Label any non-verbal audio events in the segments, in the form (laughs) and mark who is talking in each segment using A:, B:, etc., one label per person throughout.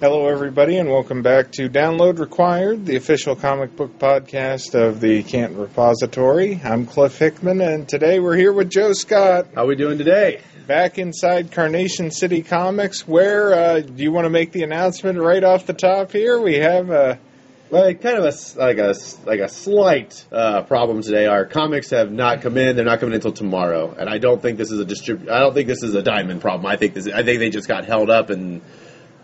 A: Hello, everybody, and welcome back to Download Required, the official comic book podcast of the Canton Repository. I'm Cliff Hickman, and today we're here with Joe Scott.
B: How we doing today?
A: back inside Carnation City Comics. Where uh, do you want to make the announcement right off the top? Here we have uh, a
B: Like kind of a s- like a s- like a slight uh, problem today. Our comics have not come in. They're not coming until tomorrow, and I don't think this is a distrib- I don't think this is a diamond problem. I think this. I think they just got held up and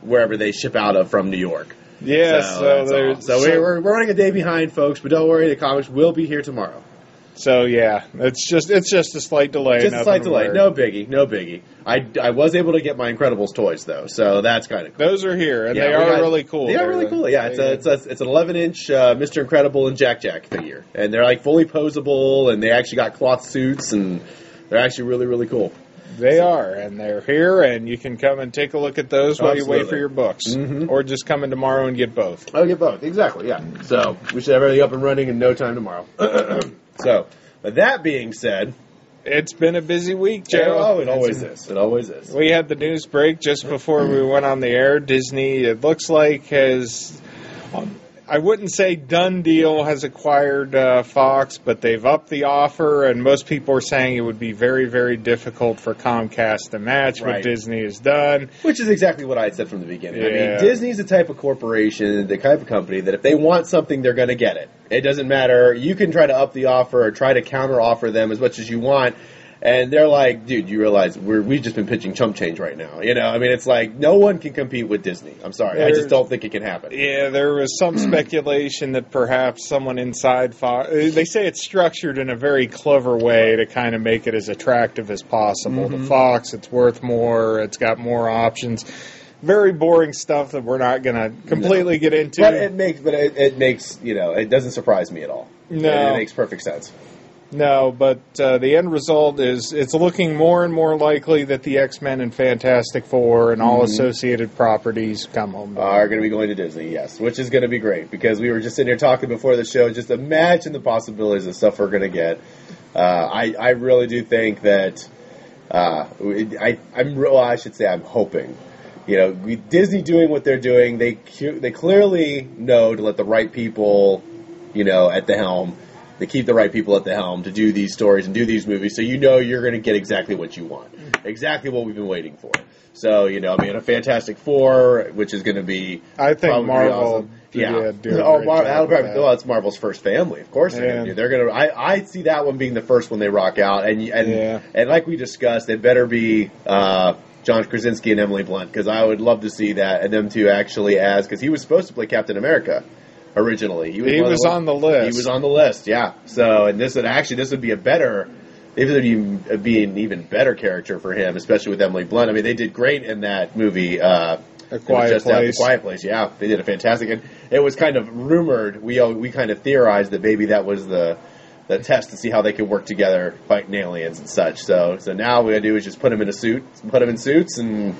B: wherever they ship out of from New York.
A: yeah.
B: So
A: So,
B: that's all.
A: there's
B: so, we- we're, we're running a day behind, folks. But don't worry, the comics will be here tomorrow.
A: so yeah, it's just it's just a slight delay.
B: Just a
A: nothing
B: slight
A: to
B: delay.
A: worry.
B: No biggie. No biggie. I, I was able to get my Incredibles toys though, so that's kind of cool.
A: those are here and they
B: we
A: are
B: got-
A: really cool.
B: They are
A: They're
B: really
A: the-
B: cool. Yeah, it's
A: they-
B: a, it's a, it's an 11 inch uh, Mr. Incredible and Jack Jack figure, and they're like fully posable, and they actually got cloth suits, and they're actually really really cool.
A: they are and they're here and you can come and take a look at those while you wait for
B: Absolutely.
A: your books,
B: Mhm.
A: or just come in tomorrow and get both.
B: I'll get Oh, both. Exactly. Yeah. So we should have everything up and running in no time tomorrow. (coughs) so. But that being said,
A: It's been a busy week, Joe.
B: oh, it always is. It always is.
A: We had the news break just before we went on the air. Disney, it looks like, has. I wouldn't say done deal has acquired uh, Fox, but they've upped the offer, and most people are saying it would be very, very difficult for Comcast to match what
B: Right.
A: Disney has done.
B: Which is exactly what I had said from the beginning.
A: Yeah.
B: I mean, Disney's the type of corporation, the type of company that if they want something, they're going to get it. It doesn't matter. You can try to up the offer or try to counter offer them as much as you want. And they're like, dude, you realize we're, we've just been pitching chump change right now. You know, I mean, it's like no one can compete with Disney. I'm sorry. I
A: There's-
B: just don't think it can happen.
A: Yeah, there was some speculation that perhaps someone inside Fox. They say it's structured in a very clever way to kind of make it as attractive as possible
B: Mm-hmm.
A: to Fox. It's worth more, it's got more options. Very boring stuff that we're not going to completely get into.
B: But it makes, but it, it makes, you know, it doesn't surprise me at all.
A: No.
B: It, it makes perfect sense.
A: no, but uh, the end result is it's looking more and more likely that the X Men and Fantastic Four and
B: Mm-hmm.
A: all associated properties come home.
B: are going to be going to Disney, yes, which is going to be great because we were just sitting here talking before the show. Just imagine the possibilities of stuff we're going to get. Uh, I I really do think that uh, we- I I'm real. I should say I'm hoping. You know, we- Disney doing what they're doing. They cu- they clearly know to let the right people, you know, at the helm. They keep the right people at the helm to do these stories and do these movies, so you know you're going to get exactly what you want, exactly what we've been waiting for. So you know, I mean, a Fantastic Four, which is going to be
A: I think
B: probably
A: Marvel
B: awesome.
A: did- yeah, did a
B: oh,
A: great
B: Mar-
A: job
B: that'll
A: with
B: probably-
A: that.
B: well, it's Marvel's first family, of course. They're
A: Yeah.
B: going to do. They're going to. I I see that one being the first one they rock out, and and
A: Yeah.
B: and like we discussed, it better be uh, John Krasinski and Emily Blunt because I would love to see that and them two actually as because he was supposed to play Captain America originally.
A: He
B: one of
A: was on the list.
B: He was on the list, yeah. So and this would actually this would be a better. It would be, uh, be an even better character for him, especially with Emily Blunt. I mean, they did great in that movie. Uh,
A: a
B: it was
A: quiet
B: just out- The
A: place.
B: Quiet Place. Yeah, they did a fantastic. And it was kind of rumored. We all- we kind of theorized that maybe that was the the test to see how they could work together, fighting aliens and such. So so now what we do is just put them in a suit, put them in suits, and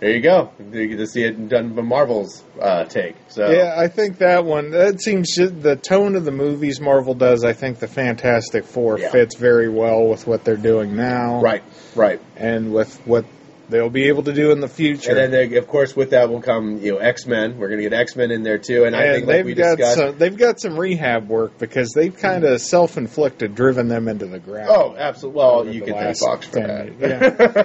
B: there you go. You get to see it done by Marvel's uh, take. So
A: Yeah, I think that one. That seems to- the tone of the movies Marvel does. I think the Fantastic Four
B: Yeah.
A: fits very well with what they're doing now,
B: right, right.
A: And with what they'll be able to do in the future.
B: And then they, of course with that will come you know X Men. We're going to get X Men in there too. And, I
A: And
B: think like
A: they've
B: we
A: got
B: discussed.
A: some. They've got some rehab work because they've kind of self-inflicted, driven them into the ground.
B: Oh, absolutely. Well,
A: over
B: you
A: the
B: can thank
A: last
B: Fox for
A: 10
B: (laughs) that.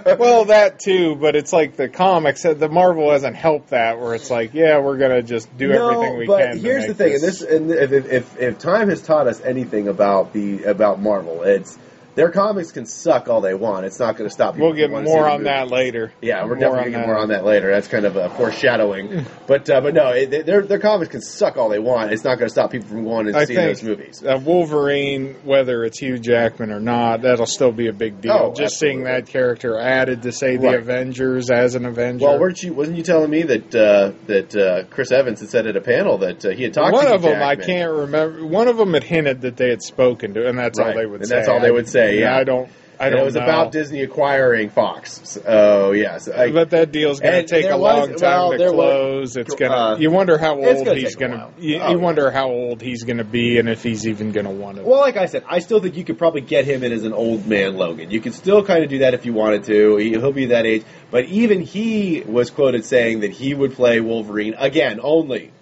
A: years. well, that too, but it's like the comics. uh, The Marvel hasn't helped that. Where it's like, yeah, we're gonna just do everything we
B: but
A: can. to make
B: here's the thing, and this, and if, if, if time has taught us anything about the about Marvel, it's Their comics can suck all they want. It's not going to stop. people
A: We'll
B: from
A: get
B: wanting to see
A: more
B: the
A: on
B: movie.
A: that later.
B: Yeah, we're
A: More
B: definitely
A: on
B: gonna get
A: that.
B: more on that later. That's kind of a
A: (laughs)
B: foreshadowing, but uh, but no, it, their their comics can suck all they want. It's not going to stop people from going and
A: I
B: seeing
A: think-
B: those movies.
A: Uh, Wolverine, whether it's Hugh Jackman or not, that'll still be a big deal.
B: Oh,
A: Just
B: absolutely.
A: seeing that character added to say the
B: Right.
A: Avengers as an Avenger.
B: Well, weren't you? Wasn't you telling me that uh, that uh, Chris Evans had said at a panel that uh, he had talked
A: one
B: to
A: of
B: Hugh
A: them I
B: Jackman?
A: can't remember. One of them had hinted that they had spoken to, and that's all
B: Right.
A: they would
B: And
A: say.
B: that's all they would say,
A: I-
B: yeah.
A: I don't. I
B: And
A: don't.
B: it was
A: know.
B: about Disney acquiring Fox. So, oh yes, I,
A: but that deal's going to
B: And
A: take
B: there
A: a
B: was-
A: long time
B: well,
A: to
B: there was-
A: close. it's going to.
B: uh,
A: you wonder how
B: it's
A: old
B: gonna
A: he's
B: take a
A: going to.
B: while.
A: You,
B: Oh,
A: you
B: yeah.
A: wonder how old he's going to be, and if he's even going to want to.
B: Well, like I said, I still think you could probably get him in as an old man Logan. You could still kind of do that if you wanted to. He- He'll be that age. But even he was quoted saying that he would play Wolverine again only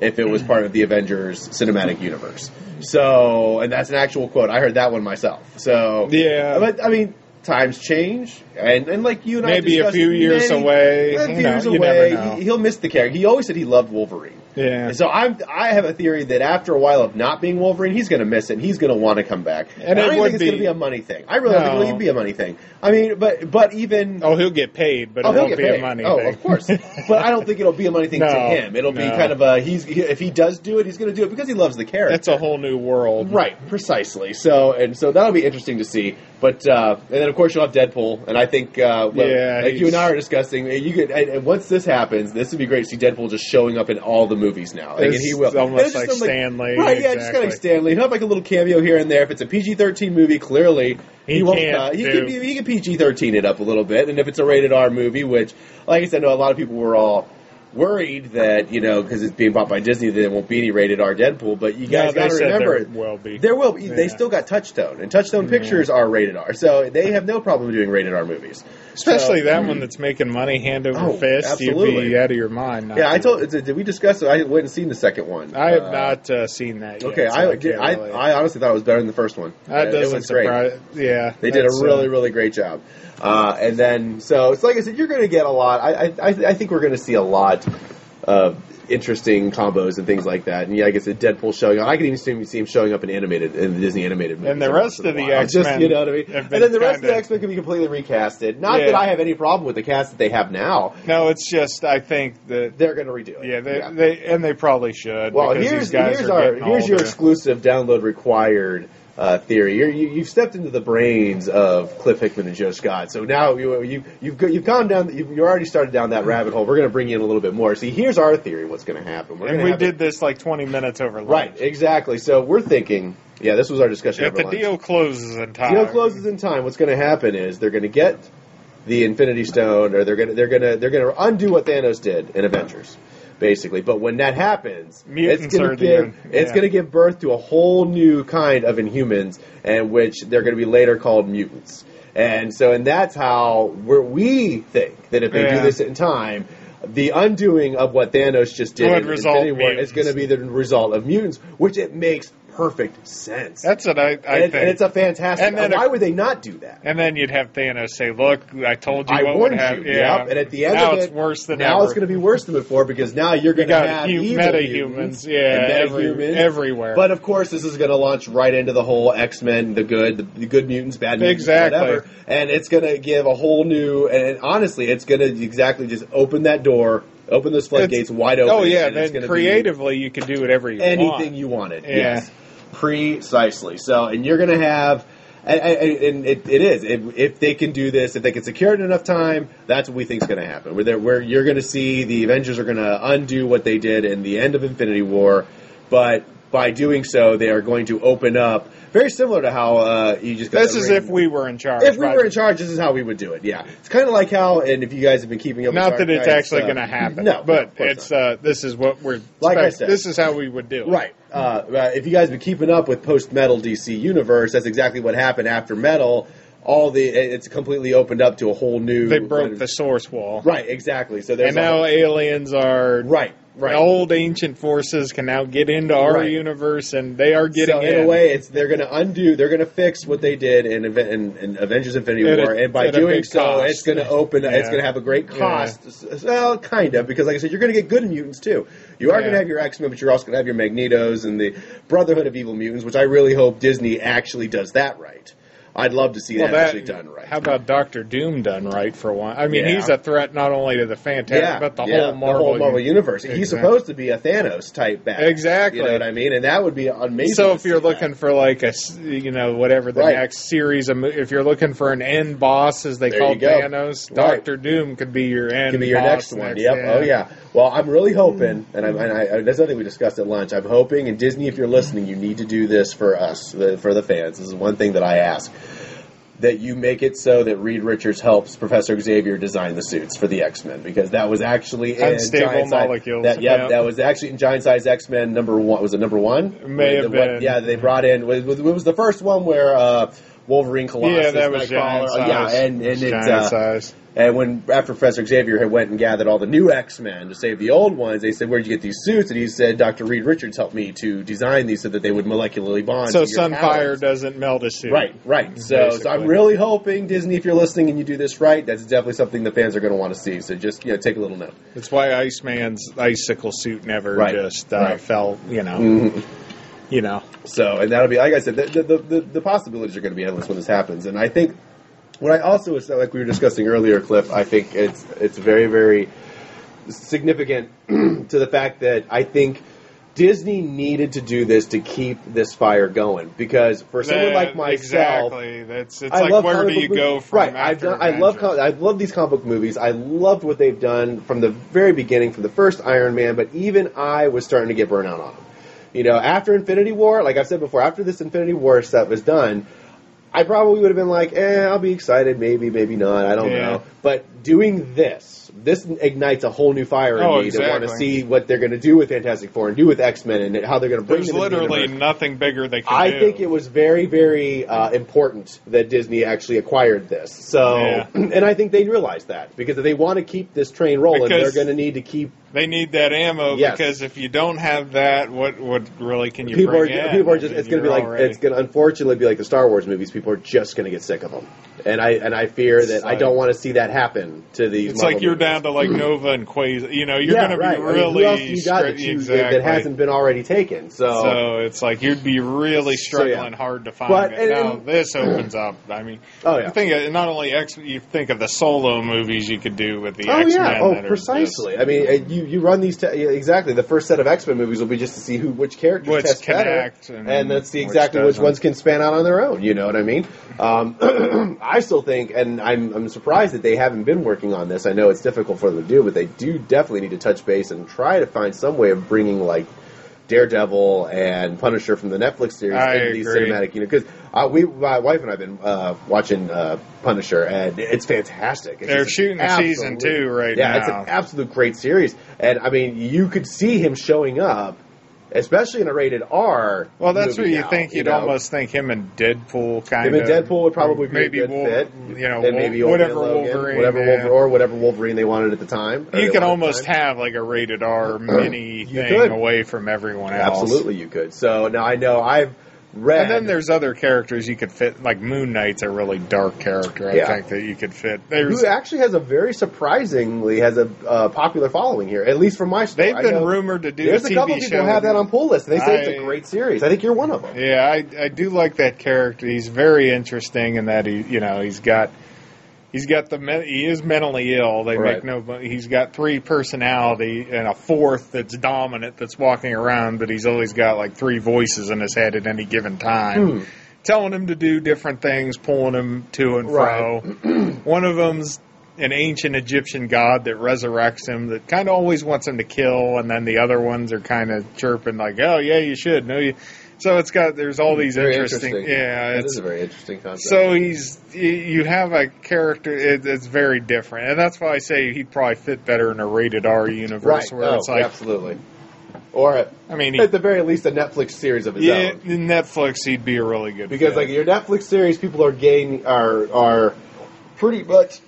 B: if it was part of the Avengers cinematic universe. So, and that's an actual quote. I heard that one myself. So,
A: Yeah.
B: But I mean, times change, and and like you and I
A: Maybe a
B: discussed
A: few years
B: many-
A: away.
B: A few
A: You know,
B: years
A: you never
B: away,
A: know.
B: he- he'll miss the character. He always said he loved Wolverine.
A: yeah.
B: And so I'm, I have a theory that after a while of not being Wolverine, he's going to miss it. and He's going to want to come back.
A: And
B: I
A: it
B: don't even
A: would
B: think it's going
A: be-
B: to be a money thing. I really don't
A: No.
B: think it'll be a money thing. I mean, but but even
A: oh, he'll get paid, but
B: oh,
A: it
B: he'll
A: won't
B: get
A: be
B: paid.
A: a money
B: Oh,
A: thing.
B: of course. but I don't think it'll be a money thing
A: (laughs)
B: to
A: No,
B: him. It'll be
A: no.
B: kind of a he's he, if he does do it, he's going to do it because he loves the character.
A: That's a whole new world.
B: Right, precisely. So and so that'll be interesting to see. But uh, and then of course you'll have Deadpool, and I think uh, well,
A: Yeah,
B: like you and I
A: he's-
B: are discussing, you could and, and once this happens, this would be great to see Deadpool just showing up in all the movies now. Like, and
A: It's
B: he will
A: almost
B: And it's just
A: like
B: some,
A: Stanley,
B: right? Yeah, just kind of like
A: exactly.
B: Stanley. He'll have like a little cameo here and there. If it's a PG thirteen movie, clearly
A: He
B: won't.
A: can't
B: uh, he
A: do-
B: could be, he could PG thirteen it up a little bit, and if it's a rated R movie, which like I said, I know a lot of people were all. Worried that you know because it's being bought by Disney, there won't be any rated R Deadpool. But you
A: Yeah,
B: guys
A: they
B: got to
A: said
B: remember,
A: there will be.
B: there will be. They
A: Yeah.
B: still got Touchstone, and Touchstone Pictures are rated R, so they have no problem doing rated R movies.
A: Especially
B: So-
A: that one that's making money hand over
B: Oh,
A: fist. You'd
B: absolutely.
A: be out of your mind. not
B: Yeah, I
A: to.
B: told. Did did we discuss it? I went and seen the second one.
A: I have
B: Uh,
A: not uh, seen that. Yet,
B: Okay,
A: so
B: I,
A: I, can't
B: I,
A: really-
B: I honestly thought it was better than the first one.
A: that
B: It- it
A: doesn't
B: was great.
A: surprise. Yeah,
B: They did a
A: that's, uh,
B: really, really great job. Uh, and then, so it's like I said, you're going to get a lot. I, I, I I think we're going to see a lot of interesting combos and things like that. And yeah, I guess the Deadpool showing up. I could even see him, see him showing up in animated in the Disney animated movies.
A: And the
B: every
A: rest
B: once in
A: of
B: a
A: the
B: while. Just,
A: X-Men
B: you know what I mean?
A: have
B: And
A: been
B: then the rest of the
A: kinda-
B: X Men can be completely recasted. Not
A: Yeah.
B: that I have any problem with the cast that they have now.
A: No, it's just I think that
B: They're going to redo it.
A: yeah, they, they and they probably should.
B: Well,
A: because
B: here's
A: these guys
B: here's
A: are
B: our
A: getting
B: here's your
A: older.
B: exclusive download required uh, theory. You're, you you've stepped into the brains of Cliff Hickman and Joe Scott, so now you you you've go- you've gone down you've, you already started down that rabbit hole. We're going to bring you in a little bit more. See, here's our theory. What's going to happen? We're
A: and
B: gonna
A: we
B: have a-
A: did this like 20 minutes over lunch.
B: right exactly. So we're thinking. Yeah, this was our discussion.
A: If
B: over
A: the
B: lunch.
A: deal closes in time,
B: Deal closes in time. What's going to happen is they're going to get the Infinity Stone, or they're going to they're going to they're going to undo what Thanos did in Avengers, basically. But when that happens,
A: Mutants
B: it's going
A: are
B: to
A: the
B: give
A: in-
B: it's
A: yeah.
B: going to give birth to a whole new kind of Inhumans, and which they're going to be later called mutants. And so, and that's how we're, we think that if they
A: Yeah.
B: do this in time. The undoing of what Thanos just did
A: Would
B: in
A: result
B: Infinity War is
A: mutants.
B: going to be the result of mutants, which it makes perfect sense
A: That's what I, I
B: and,
A: think.
B: and it's a fantastic.
A: And then
B: why
A: a-
B: would they not do that?
A: and then you'd have Thanos say, "Look, I told you
B: I
A: what would
B: warned
A: happen."
B: you.
A: Yeah,
B: Yep. And at the end
A: now
B: of it,
A: it's worse than
B: now
A: ever.
B: it's going to be worse than before because now you're going to
A: got
B: have
A: hu-
B: evil
A: meta-humans,
B: mutants
A: yeah,
B: and
A: every-
B: meta-humans.
A: everywhere.
B: But of course, this is going to launch right into the whole X Men, the good, the, the good mutants, bad mutants,
A: Exactly.
B: whatever. And it's going to give a whole new. And, and honestly, it's going to exactly just open that door, open those floodgates wide open.
A: oh yeah,
B: and it's
A: then
B: gonna be-
A: creatively you can do whatever you want.
B: anything you wanted.
A: Yeah.
B: Yes, precisely. So, and you're going to have, and, and and it, it is. If, if they can do this, if they can secure it in enough time, that's what we think is going to happen. Where, they're- where you're going to see the Avengers are going to undo what they did in the end of Infinity War, but by doing so, they are going to open up. Very similar to how uh, you just. got
A: This
B: that
A: is
B: ring-
A: if we were in charge.
B: If we
A: by
B: were
A: the
B: in charge, this is how we would do it. Yeah, it's kind of like how, and if you guys have been keeping up, with
A: Not
B: Dark
A: that it's
B: Knights,
A: actually
B: uh,
A: going to happen.
B: No, no,
A: but
B: of course
A: it's
B: not.
A: uh, this is what we're
B: Like I
A: expect-
B: said.
A: This is how we would do it.
B: Right. Uh, uh, if you guys have been keeping up with post metal DC universe, that's exactly what happened after metal. All the it's completely opened up to a whole new.
A: They broke the source wall,
B: Right. Exactly. So
A: and
B: there's
A: now
B: a,
A: aliens are
B: right. Right.
A: Old ancient forces can now get into our
B: Right.
A: universe, and they are getting
B: so in, a way, it's they're going to undo, they're going to fix what they did in, Aven- in, in Avengers: Infinity
A: At a-
B: War, and by
A: at a
B: doing
A: big
B: so,
A: cost.
B: it's going to open,
A: Yeah.
B: it's going to have a great cost. S- Well, kind of, because like I said, you're going to get good mutants too. You are
A: Yeah.
B: going to have your X Men, but you're also going to have your Magnetos and the Brotherhood of Evil Mutants, which I really hope Disney actually does that right. I'd love to see
A: Well,
B: that,
A: that-
B: actually done right.
A: How about Doctor Doom done right for one? I mean,
B: Yeah.
A: he's a threat not only to the Fantastic,
B: yeah,
A: but the,
B: yeah,
A: whole Marvel
B: universe. He's
A: Exactly.
B: supposed to be a Thanos type bat.
A: Exactly.
B: You know what I mean? And that would be amazing.
A: So
B: to
A: if you're
B: see that.
A: looking for like a, s- you know, whatever the
B: Right.
A: next series, of mo- if you're looking for an end boss, as they
B: There
A: call
B: you go.
A: Thanos,
B: Right.
A: Doctor Doom could be your end.
B: Give me your
A: boss
B: next one. yep. Oh yeah. Well, I'm really hoping, and, I'm, and I, I, that's something we discussed at lunch. I'm hoping, and Disney, if you're listening, you need to do this for us, the, for the fans. This is one thing that I ask that you make it so that Reed Richards helps Professor Xavier design the suits for the X Men because that was actually in
A: Unstable
B: Giant Size-
A: molecules,
B: That, yep,
A: yeah.
B: that was actually in Giant Size X Men number one. Was it number one?
A: May
B: The
A: have
B: one-
A: been.
B: Yeah, they brought in. It was, it was the first one where. Uh, Wolverine, Colossus,
A: Yeah, that was
B: Nightcrawler.
A: giant size.
B: yeah, and and it's
A: giant
B: uh,
A: size.
B: and when after Professor Xavier had went and gathered all the new X Men to save the old ones, they said, "Where'd you get these suits?" And he said, "Dr. Reed Richards helped me to design these so that they would molecularly bond."
A: So
B: to your
A: Sunfire
B: powers."
A: doesn't melt a suit.
B: Right, right. So, so I'm
A: Basically.
B: really hoping Disney, if you're listening and you do this right, that's definitely something the fans are going to want to see. So just you know, take a little note.
A: That's why Iceman's icicle suit never
B: Right.
A: just uh,
B: Right. Mm-hmm.
A: fell. You know. You know.
B: So, and that'll be like I said, the the, the, the possibilities are going to be endless when this happens. And I think what I also is like we were discussing earlier, Cliff. I think it's it's very very significant (clears throat) to the fact that I think. Disney needed to do this to keep this fire going because for someone
A: Yeah,
B: like myself,
A: exactly. That's it's
B: I
A: like
B: love
A: where
B: comic
A: do you
B: book movies.
A: go from?
B: right. I've
A: after
B: done, I love
A: Avengers?
B: com- I love these comic book movies. I loved what they've done from the very beginning, from the first Iron Man. But even I was starting to get burnt out on them. You know, after Infinity War, like I've said before, after this Infinity War stuff was done, I probably would have been like, eh, I'll be excited, maybe, maybe not. I don't
A: Yeah.
B: know. But doing this, this ignites a whole new fire in
A: Oh,
B: me to want to
A: exactly.
B: see what they're going to do with Fantastic Four and do with X Men and how they're going to bring
A: There's
B: them into the
A: literally
B: universe.
A: nothing bigger they can
B: I
A: do.
B: think it was very, very uh, important that Disney actually acquired this. So,
A: Yeah.
B: and I think they realized that because if they want to keep this train rolling,
A: Because-
B: they're going to need to keep
A: They need that ammo
B: Yes.
A: because if you don't have that, what what really can you
B: people are
A: bring in?
B: people are
A: I
B: just
A: mean,
B: it's going to be
A: you're
B: like
A: already-
B: it's going to unfortunately be like the Star Wars movies. People are just going to get sick of them, and I and I fear that I
A: like-
B: don't want to see that happen to these.
A: It's like
B: Marvel
A: you're
B: movies.
A: down to like Nova and Quasar. You know, you're
B: yeah,
A: going to
B: right.
A: be
B: I mean,
A: really
B: who else do you got
A: stri-
B: that, you,
A: exactly.
B: that hasn't been already taken?
A: so it's like you'd be really
B: So, yeah.
A: struggling hard to find
B: But-
A: it.
B: and-
A: now
B: and-
A: this opens up. I mean,
B: Oh, yeah.
A: you think of, not only X, you think of the solo movies you could do with the
B: Oh
A: X-Men.
B: yeah, oh
A: that are
B: precisely. I mean, uh, you you run these te- yeah, exactly. The first set of X Men movies will be just to see who which characters
A: Which
B: test
A: connect
B: better,
A: and
B: and, let's see
A: which
B: exactly which,
A: doesn't.
B: ones can span out on their own. You know what I mean? Um, (clears throat) I still think, and I'm I'm surprised that they haven't been working on this. I know it's difficult for them to do, but they do definitely need to touch base and try to find some way of bringing like. Daredevil and Punisher from the Netflix series
A: I
B: into these
A: agree.
B: cinematic, you know, because uh, we, my wife and I've been uh, watching uh, Punisher, and it's fantastic. It's
A: They're
B: just
A: shooting
B: absolute-
A: season two right
B: yeah,
A: now.
B: it's an absolute great series, and I mean, you could see him showing up, especially in a rated R.
A: Well, that's
B: movie
A: where you
B: now,
A: think you'd
B: know?
A: almost think him and Deadpool kind
B: Him
A: of.
B: and Deadpool would probably be
A: maybe
B: a good
A: Wol-
B: fit.
A: You know,
B: and
A: Wol-
B: maybe Old Man
A: whatever
B: Logan,
A: Wolverine.
B: whatever
A: yeah.
B: Wolverine, or whatever Wolverine they wanted at the time. or they
A: You could
B: wanted at the
A: almost
B: time.
A: have like a rated R mini
B: (clears throat) You
A: thing
B: could.
A: away from everyone else.
B: absolutely you could. So now I know I've read.
A: And then there's other characters you could fit, like Moon Knight's a really dark character. I
B: Yeah.
A: think that you could fit. There's,
B: who actually has a very surprisingly has a uh, popular following here, at least from my store.
A: they've
B: I
A: been
B: know-
A: rumored to do.
B: There's
A: a
B: a
A: TV
B: couple people
A: show
B: who have that on pull list. and They say it's a
A: I-
B: great series. I think you're one of them.
A: Yeah, I, I do like that character. He's very interesting in that he you know he's got he's got the men- he is mentally ill. They
B: Right.
A: make no. mo- He's got three personality and a fourth that's dominant that's walking around. But he's always got like three voices in his head at any given time. Telling him to do different things, pulling him to and fro. One of them's an ancient Egyptian god that resurrects him, that kind of always wants him to kill, and then the other ones are kind of chirping like, "Oh yeah, you should." No, you. So it's got there's all these
B: Hmm, Very
A: interesting, yeah.
B: that
A: It's
B: is a very interesting concept.
A: so he's y- you have a character it, it's very different, and that's why I say he'd probably fit better in a rated R universe where
B: oh,
A: it's like
B: absolutely. Or at,
A: I mean he,
B: at the very least, a Netflix series of his
A: yeah,
B: own.
A: in Netflix he'd be a really good
B: Because
A: fit.
B: like your Netflix series, people are getting are are pretty much.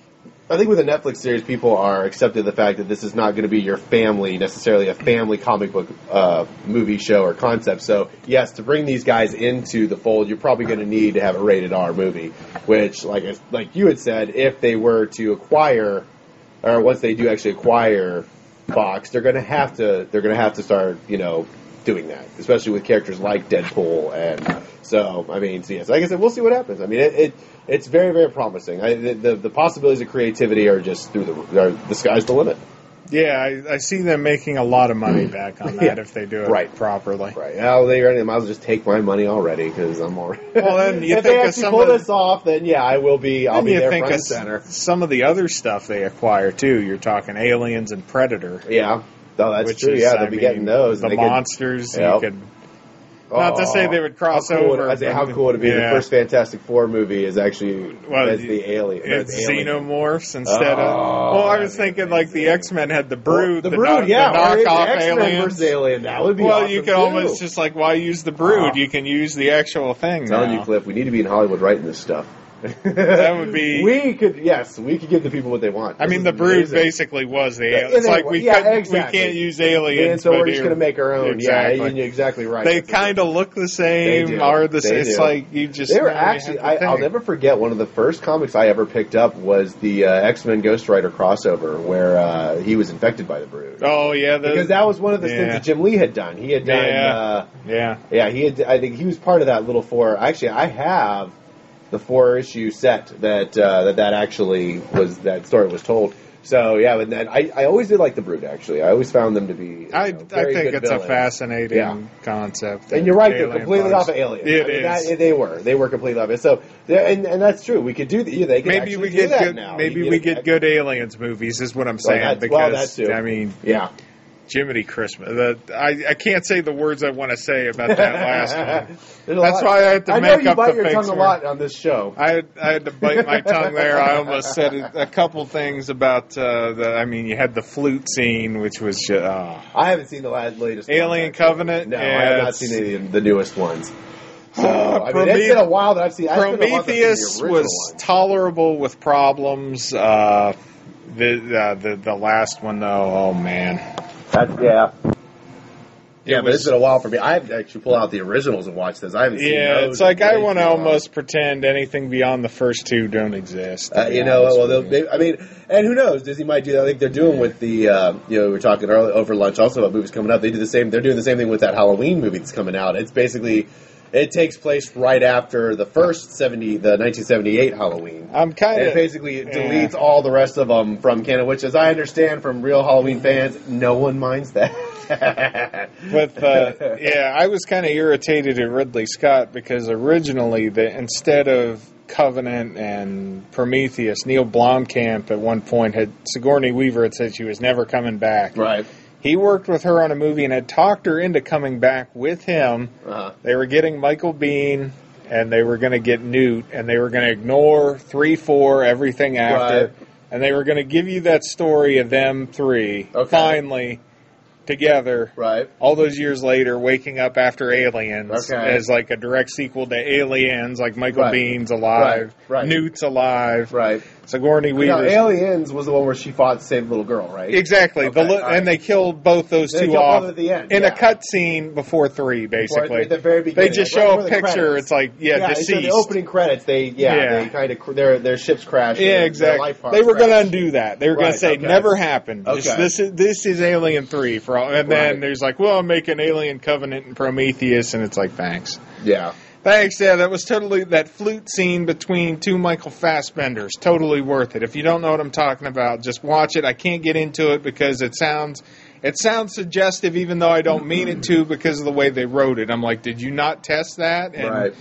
B: I think with a Netflix series, people are accepted the fact that this is not going to be your family necessarily a family comic book uh, movie show or concept. So yes, to bring these guys into the fold, you're probably going to need to have a rated R movie. Which, like I- like you had said, if they were to acquire or once they do actually acquire Fox, they're going to have to they're going to have to start you know doing that, especially with characters like Deadpool. And so, I mean, so yes, like I said, we'll see what happens. I mean, it, it it's very very promising. I, the, the the possibilities of creativity are just through the are, the sky's the limit.
A: Yeah, I, I see them making a lot of money back on that
B: (laughs) Yeah.
A: if they do it
B: Right.
A: properly.
B: Right now, they already- might as well just take my money already because I'm already.
A: (laughs) Well, then you
B: (laughs)
A: think
B: if they
A: of
B: actually
A: some
B: pull
A: of the-
B: this off, then yeah, I will be. I'll
A: And
B: be
A: you
B: there
A: think
B: front
A: of
B: and center.
A: s- some of the other stuff they acquire too. You're talking Aliens and Predator,
B: Yeah, no, that's
A: which
B: true.
A: is
B: yeah,
A: I
B: they'll be
A: mean,
B: getting those.
A: The
B: and they could-
A: monsters.
B: Yep.
A: You could Not to say they would cross
B: how cool would-
A: over,
B: I say how
A: but-
B: cool would it be?
A: yeah.
B: The first Fantastic Four movie is actually
A: Well,
B: that's
A: you-
B: the alien. that's
A: it's
B: alien.
A: xenomorphs instead of.
B: Oh,
A: Well, I was
B: that'd be
A: thinking like the X Men had the
B: Well,
A: Brood,
B: the brood, yeah,
A: the
B: or
A: knockoff
B: X-Men
A: aliens.
B: versus alien. That would be
A: well,
B: awesome
A: you
B: too.
A: could almost just like why use the Brood? you can use the actual thing.
B: I'm telling
A: now.
B: you, Cliff, we need to be in Hollywood writing this stuff.
A: That would be-
B: (laughs) We could, yes, we could give the people what they want.
A: I
B: This
A: mean,
B: is
A: the Brood
B: amazing.
A: basically was the.
B: Yeah,
A: alien. It's
B: they
A: like
B: were-
A: we
B: yeah,
A: couldn't,
B: exactly.
A: we can't use aliens,
B: And so
A: but
B: we're just
A: here-
B: going to make our own.
A: Exactly.
B: Yeah, you're exactly right.
A: They
B: That's exactly
A: kind of look the same,
B: They do.
A: are the
B: They
A: same. It's
B: do.
A: like you just.
B: They were
A: never had
B: actually.
A: the
B: I, I'll
A: thing.
B: never forget one of the first comics I ever picked up was the uh, X Men Ghost Rider crossover, where uh, he was infected by the Brood.
A: Oh yeah, the,
B: because that was one of the things
A: yeah.
B: that Jim Lee had done. He had done.
A: Yeah.
B: Uh,
A: yeah.
B: yeah, he had. I think he was part of that little four. Actually, I have the four issue set that uh, that that actually was that story was told. So yeah, and then I, I always did like the Brood. Actually, I always found them to be. you
A: I,
B: know,
A: I
B: very
A: think
B: good
A: it's a
B: villains.
A: fascinating
B: Yeah.
A: concept.
B: And you're right; they're
A: Alien
B: completely
A: bugs.
B: off of Alien.
A: It
B: I mean,
A: is.
B: that- they were. They were completely off it. So, yeah, and, and that's true. We could do. The, yeah, they could
A: maybe
B: actually
A: we
B: do
A: get
B: that
A: good,
B: now.
A: maybe
B: You
A: we
B: get-
A: get good aliens movies is what I'm saying
B: that's- well, that
A: because
B: too.
A: I mean
B: Yeah.
A: Jiminy Christmas. The, I I can't say the words I want to say about that last one.
B: (laughs) There's a
A: That's
B: lot-
A: why I had to
B: I know
A: make
B: you
A: up
B: bite
A: the
B: your
A: fake
B: tongue a
A: word.
B: lot on this show.
A: I had, I had to bite my tongue there. I almost said a, a couple things about uh, the. I mean, you had the flute scene, which was ju- uh,
B: I haven't seen the la- latest. one,
A: Alien
B: actually.
A: Covenant.
B: No, I
A: yeah,
B: have not
A: it's-
B: seen any of the newest ones. So, I mean,
A: Prometheus-
B: it's been a while that I've seen. it's been a while since I've seen the
A: Prometheus
B: original
A: was
B: one.
A: tolerable with problems. Uh, the, uh, the the last one though, oh man,
B: That's, yeah. Yeah,
A: It
B: but
A: was-
B: it's been a while for me. I have to actually pull out the originals and watch this. I haven't seen
A: yeah,
B: those
A: it's
B: in
A: like I
B: way
A: want
B: too
A: to
B: long.
A: almost pretend anything beyond the first two don't exist. to
B: Uh,
A: be
B: you know,
A: honest
B: well,
A: with
B: they'll-
A: you.
B: they, I mean, and who knows? Disney might do that. I think they're doing with the, uh, you know, we were talking earlier over lunch also about movies coming up. They do the same. They're doing the same thing with that Halloween movie that's coming out. It's basically, it takes place right after the first seventy, the nineteen seventy eight Halloween.
A: I'm kind
B: And it
A: of
B: basically
A: yeah.
B: deletes all the rest of them from canon, which, as I understand from real Halloween fans, no one minds that. (laughs)
A: with uh, yeah. I was kind of irritated at Ridley Scott because originally, the instead of Covenant and Prometheus, Neil Blomkamp at one point had Sigourney Weaver had said she was never coming back.
B: right.
A: He worked with her on a movie and had talked her into coming back with him.
B: Uh,
A: They were getting Michael Bean and they were going to get Newt and they were going to ignore 3 4, everything after.
B: Right.
A: And they were going to give you that story of them three
B: Okay.
A: finally together.
B: right.
A: All those years later, waking up after Aliens
B: Okay.
A: as like a direct sequel to Aliens, like Michael
B: Right.
A: Bean's alive,
B: Right, right.
A: Newt's alive,
B: Right.
A: Sigourney
B: Now,
A: Weaver's
B: Aliens was the one where she fought to save the little girl, right?
A: Exactly.
B: Okay,
A: the li-
B: all right.
A: And they killed both those
B: They
A: two
B: killed
A: off
B: both at the end,
A: in
B: yeah.
A: a cutscene before three,
B: Or
A: basically.
B: at the very beginning,
A: they just
B: like, right
A: show
B: before
A: a
B: the
A: picture.
B: credits.
A: It's like, yeah,
B: so
A: deceased.
B: the opening credits, they yeah,
A: Yeah.
B: they kind of their their ships crash.
A: yeah,
B: their- Their
A: exactly.
B: life farm
A: They were going to
B: crashed.
A: undo that. They were going
B: Right,
A: to say
B: okay.
A: never happened.
B: Okay.
A: This, this is this is Alien Three for all. And then
B: Right.
A: there's like, well, I'm making Alien Covenant and Prometheus, and it's like, thanks,
B: Yeah,
A: thanks. Yeah, that was totally that flute scene between two Michael Fassbenders. Totally worth it. If you don't know what I'm talking about, just watch it. I can't get into it because it sounds. It sounds suggestive, even though I don't mean it to, because of the way they wrote it. I'm like, did you not test that? And
B: right.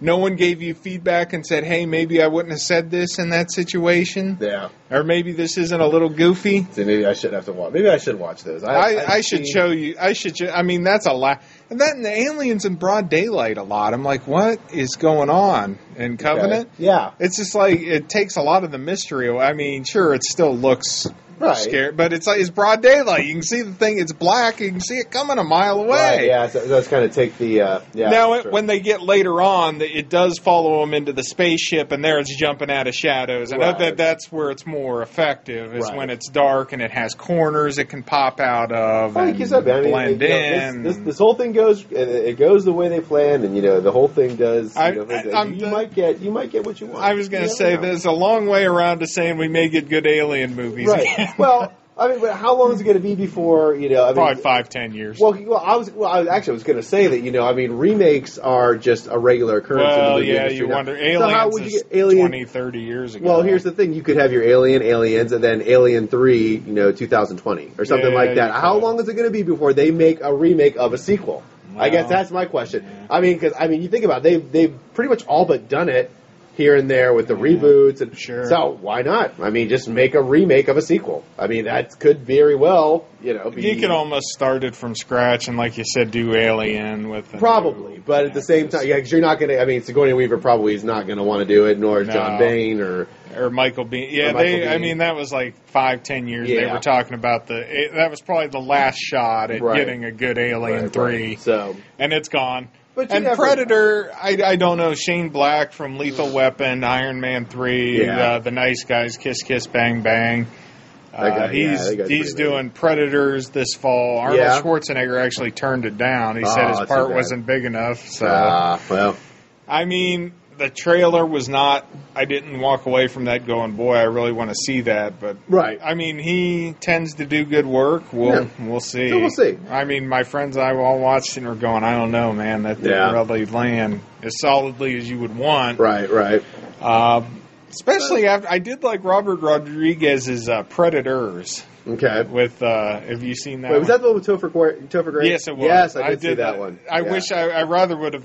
A: no one gave you feedback and said, hey, maybe I wouldn't have said this in that situation,
B: Yeah.
A: or maybe this isn't a little goofy.
B: See, maybe I should have to watch. Maybe I should watch those.
A: I,
B: I've
A: I should
B: seen-
A: show you. I should. Show, I mean, that's a lot. And that and the aliens in broad daylight a lot. I'm like, what is going on in
B: Okay.
A: Covenant?
B: Yeah.
A: It's just like it takes a lot of the mystery. away. I mean, sure, it still looks
B: Right.
A: scary, but it's like it's broad daylight. You can see the thing. It's black. You can see it coming a mile away.
B: Right, yeah. So, so it's kind of take the uh, yeah.
A: now, it,
B: sure.
A: when they get later on, th- it does follow them into the spaceship, and there it's jumping out of shadows. I know
B: Right.
A: that that's where it's more effective is
B: Right.
A: when it's dark and it has corners it can pop out of
B: Oh, it
A: and
B: gives up. I mean,
A: blend
B: it- you know,
A: in.
B: This, this, this whole thing goes. It, it goes the way they planned, and you know the whole thing does. You,
A: I-
B: know,
A: I-
B: you
A: I'm-
B: might get. You might get what you want.
A: I was going
B: You
A: to
B: never
A: say
B: know.
A: there's a long way around to saying we may get good alien movies.
B: Right.
A: again. (laughs)
B: well, I mean, but how long is it going to be before you know? I mean,
A: Probably five, ten years.
B: Well, well, I was well, I was, actually I was going to say that you know, I mean, remakes are just a regular occurrence. in the
A: Well,
B: movie
A: yeah,
B: industry
A: you
B: now.
A: wonder.
B: So
A: Aliens
B: how would you
A: is
B: get Alien?
A: 20, 30 years ago.
B: Well, here's the thing: you could have your Alien, Aliens, and then Alien Three, you know, 2020 or something
A: Yeah,
B: like that.
A: you
B: How
A: could.
B: long is it going to be before they make a remake of a sequel? I guess
A: Well,
B: that's my question. I mean, because I mean, you think about it, they've they've pretty much all but done it here and there with the reboots and
A: Sure.
B: so why not? I mean, just make a remake of a sequel. I mean, that could very well, you know, be
A: You could almost start it from scratch and, like you said, do Alien with the
B: Probably,
A: new-
B: but at the same time, yeah, 'cause you're not going to. I mean, Sigourney Weaver probably is not going to want to do it, nor is
A: No.
B: John Bain or
A: or Michael Bean. Yeah,
B: Or Michael
A: they. I
B: Biehn.
A: mean, that was like five, ten years. They
B: Yeah.
A: were talking about the. It, that was probably the last shot at
B: Right.
A: getting a good Alien three,
B: So
A: and it's gone.
B: But you
A: and
B: never-
A: Predator, I, I don't know. Shane Black from Lethal Weapon, Iron Man three,
B: Yeah.
A: uh, the nice guys, Kiss Kiss Bang Bang. Uh,
B: That guy- yeah,
A: he's
B: that guy's
A: he's
B: pretty
A: doing Predators this fall. Arnold
B: Yeah.
A: Schwarzenegger actually turned it down. He
B: Oh,
A: said his
B: that's
A: part
B: too bad.
A: wasn't big enough. So
B: ah, well,
A: I mean, the trailer was not. I didn't walk away from that going, boy, I really want to see that. But
B: right.
A: I mean, he tends to do good work. We'll we'll see.
B: So we'll see.
A: I mean, my friends and I all watched it and were going, I don't know, man, that didn't
B: Yeah.
A: really land as solidly as you would want.
B: Right, right.
A: Um, especially after I did like Robert Rodriguez's uh, Predators.
B: Okay.
A: With uh, have you seen that?
B: Wait, was
A: one?
B: that the one with Topher, Gray- Topher Gray?
A: Yes, it was.
B: Yes, I did, see that,
A: the-
B: one.
A: I
B: Yeah.
A: wish I, I rather would have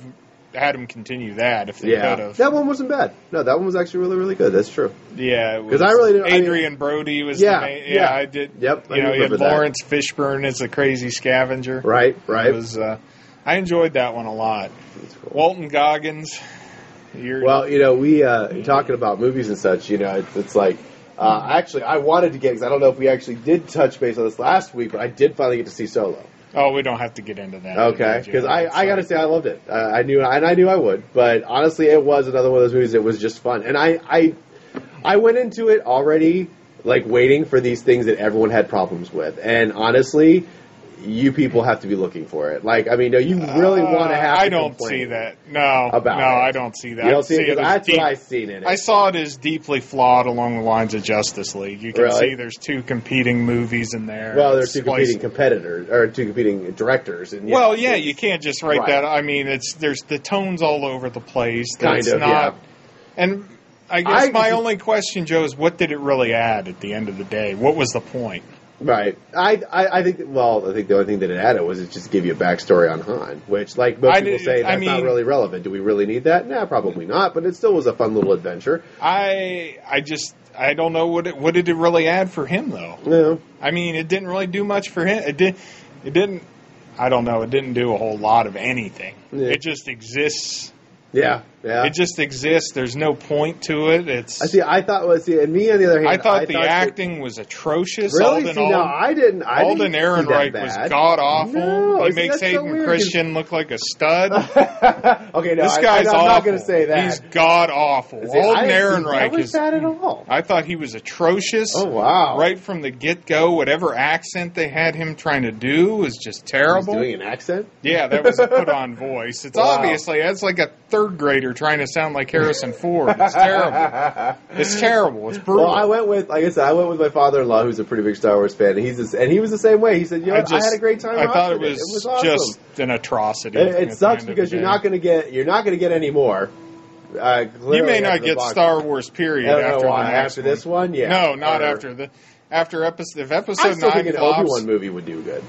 A: had him continue that if they could
B: Yeah,
A: have.
B: that one wasn't bad. No, that one was actually really, really good. That's true.
A: Yeah,
B: 'Cause I really didn't- I mean-
A: Adrian Brody was
B: Yeah,
A: the main, yeah,
B: yeah.
A: I did.
B: Yep, I
A: you know, you had
B: remember that.
A: Lawrence Fishburne as the crazy scavenger.
B: Right,
A: It
B: right.
A: was. Uh, I enjoyed that one a lot.
B: That's cool.
A: Walton Goggins. You're,
B: Well, you know, we uh, talking about movies and such. You know, it's, it's like uh, actually, I wanted to get because I don't know if we actually did touch base on this last week, but I did finally get to see Solo.
A: oh, we don't have to get into that.
B: Okay,
A: did you?
B: because I,
A: It's
B: I
A: like-
B: got to say I loved it. Uh, I knew and I knew I would, but honestly, it was another one of those movies. that was just fun, and I I I went into it already like waiting for these things that everyone had problems with, and honestly, you people have to be looking for it. Like I mean, no, you really want to
A: Uh,
B: have.
A: I
B: to
A: don't
B: complain.
A: see that. No,
B: about
A: no,
B: it.
A: I don't see that.
B: You
A: I
B: don't see it
A: as
B: 'Cause that's
A: deep-
B: what I seen in it.
A: I saw it as deeply flawed along the lines of Justice League. You can
B: Really?
A: see there's two competing movies in there.
B: well, there's
A: It's
B: two
A: spliced
B: competing competitors or two competing directors, and
A: Well, yeah, you can't just write
B: Right.
A: that. I mean, it's there's the tones all over the place.
B: Kind
A: That's
B: of,
A: not. And I guess
B: I-
A: my only question, Joe, is what did it really add at the end of the day? What was the point?
B: Right. I, I I think well, I think the only thing that it added was it just give you a backstory on Han, which like most
A: I
B: people
A: did-
B: say
A: I
B: that's not
A: mean-
B: really relevant. Do we really need that? Nah, probably not. But it still was a fun little adventure.
A: I I just I don't know what it, what did it really add for him though.
B: No,
A: I mean, it didn't really do much for him. It did. It didn't. I don't know. It didn't do a whole lot of anything.
B: Yeah.
A: It just exists.
B: yeah, yeah.
A: It just exists. There's no point to it. It's.
B: I see. I thought was see, and me on the other hand,
A: I thought the
B: that-
A: acting was atrocious.
B: Really?
A: Alden
B: See, now
A: Alden-
B: I didn't. I didn't
A: Alden
B: see
A: Ehrenreich
B: that
A: was
B: bad.
A: god awful.
B: No,
A: he
B: see,
A: makes
B: that's so
A: Hayden
B: weird, 'cause-
A: Christian look like a stud.
B: (laughs) okay, no,
A: this
B: I,
A: guy's
B: I'm
A: awful.
B: not going to say that.
A: He's god awful.
B: See, I
A: Alden
B: didn't see that
A: Ehrenreich
B: was
A: is.
B: bad at all.
A: I thought he was atrocious.
B: Oh wow!
A: Right from the get go, whatever accent they had him trying to do was just
B: He's
A: terrible.
B: doing an accent.
A: Yeah, that was a put on voice. It's
B: (laughs) Wow.
A: obviously that's like a third grader trying to sound like Harrison Ford. It's terrible.
B: (laughs)
A: It's terrible. It's brutal.
B: Well, I went with, like I said, I went with my father-in-law, who's a pretty big Star Wars fan. and He's just, and he was the same way. He said, "You know,
A: I
B: what? I,
A: just-
B: had a great time.
A: I thought it
B: watching
A: was,
B: It was awesome.
A: just an atrocity.
B: It-
A: at
B: it,
A: the
B: sucks
A: end of
B: because
A: the
B: you're
A: day.
B: not going to get, you're not going to get any more. Uh,
A: You
B: clearly
A: may not
B: after the
A: get
B: box-
A: Star Wars period
B: I don't know
A: after
B: why.
A: the next
B: after this one. Yeah,
A: No, not
B: Or-
A: after the after episode. If
B: I
A: episode
B: still
A: nine
B: think an
A: flops,
B: Obi Wan movie would do good.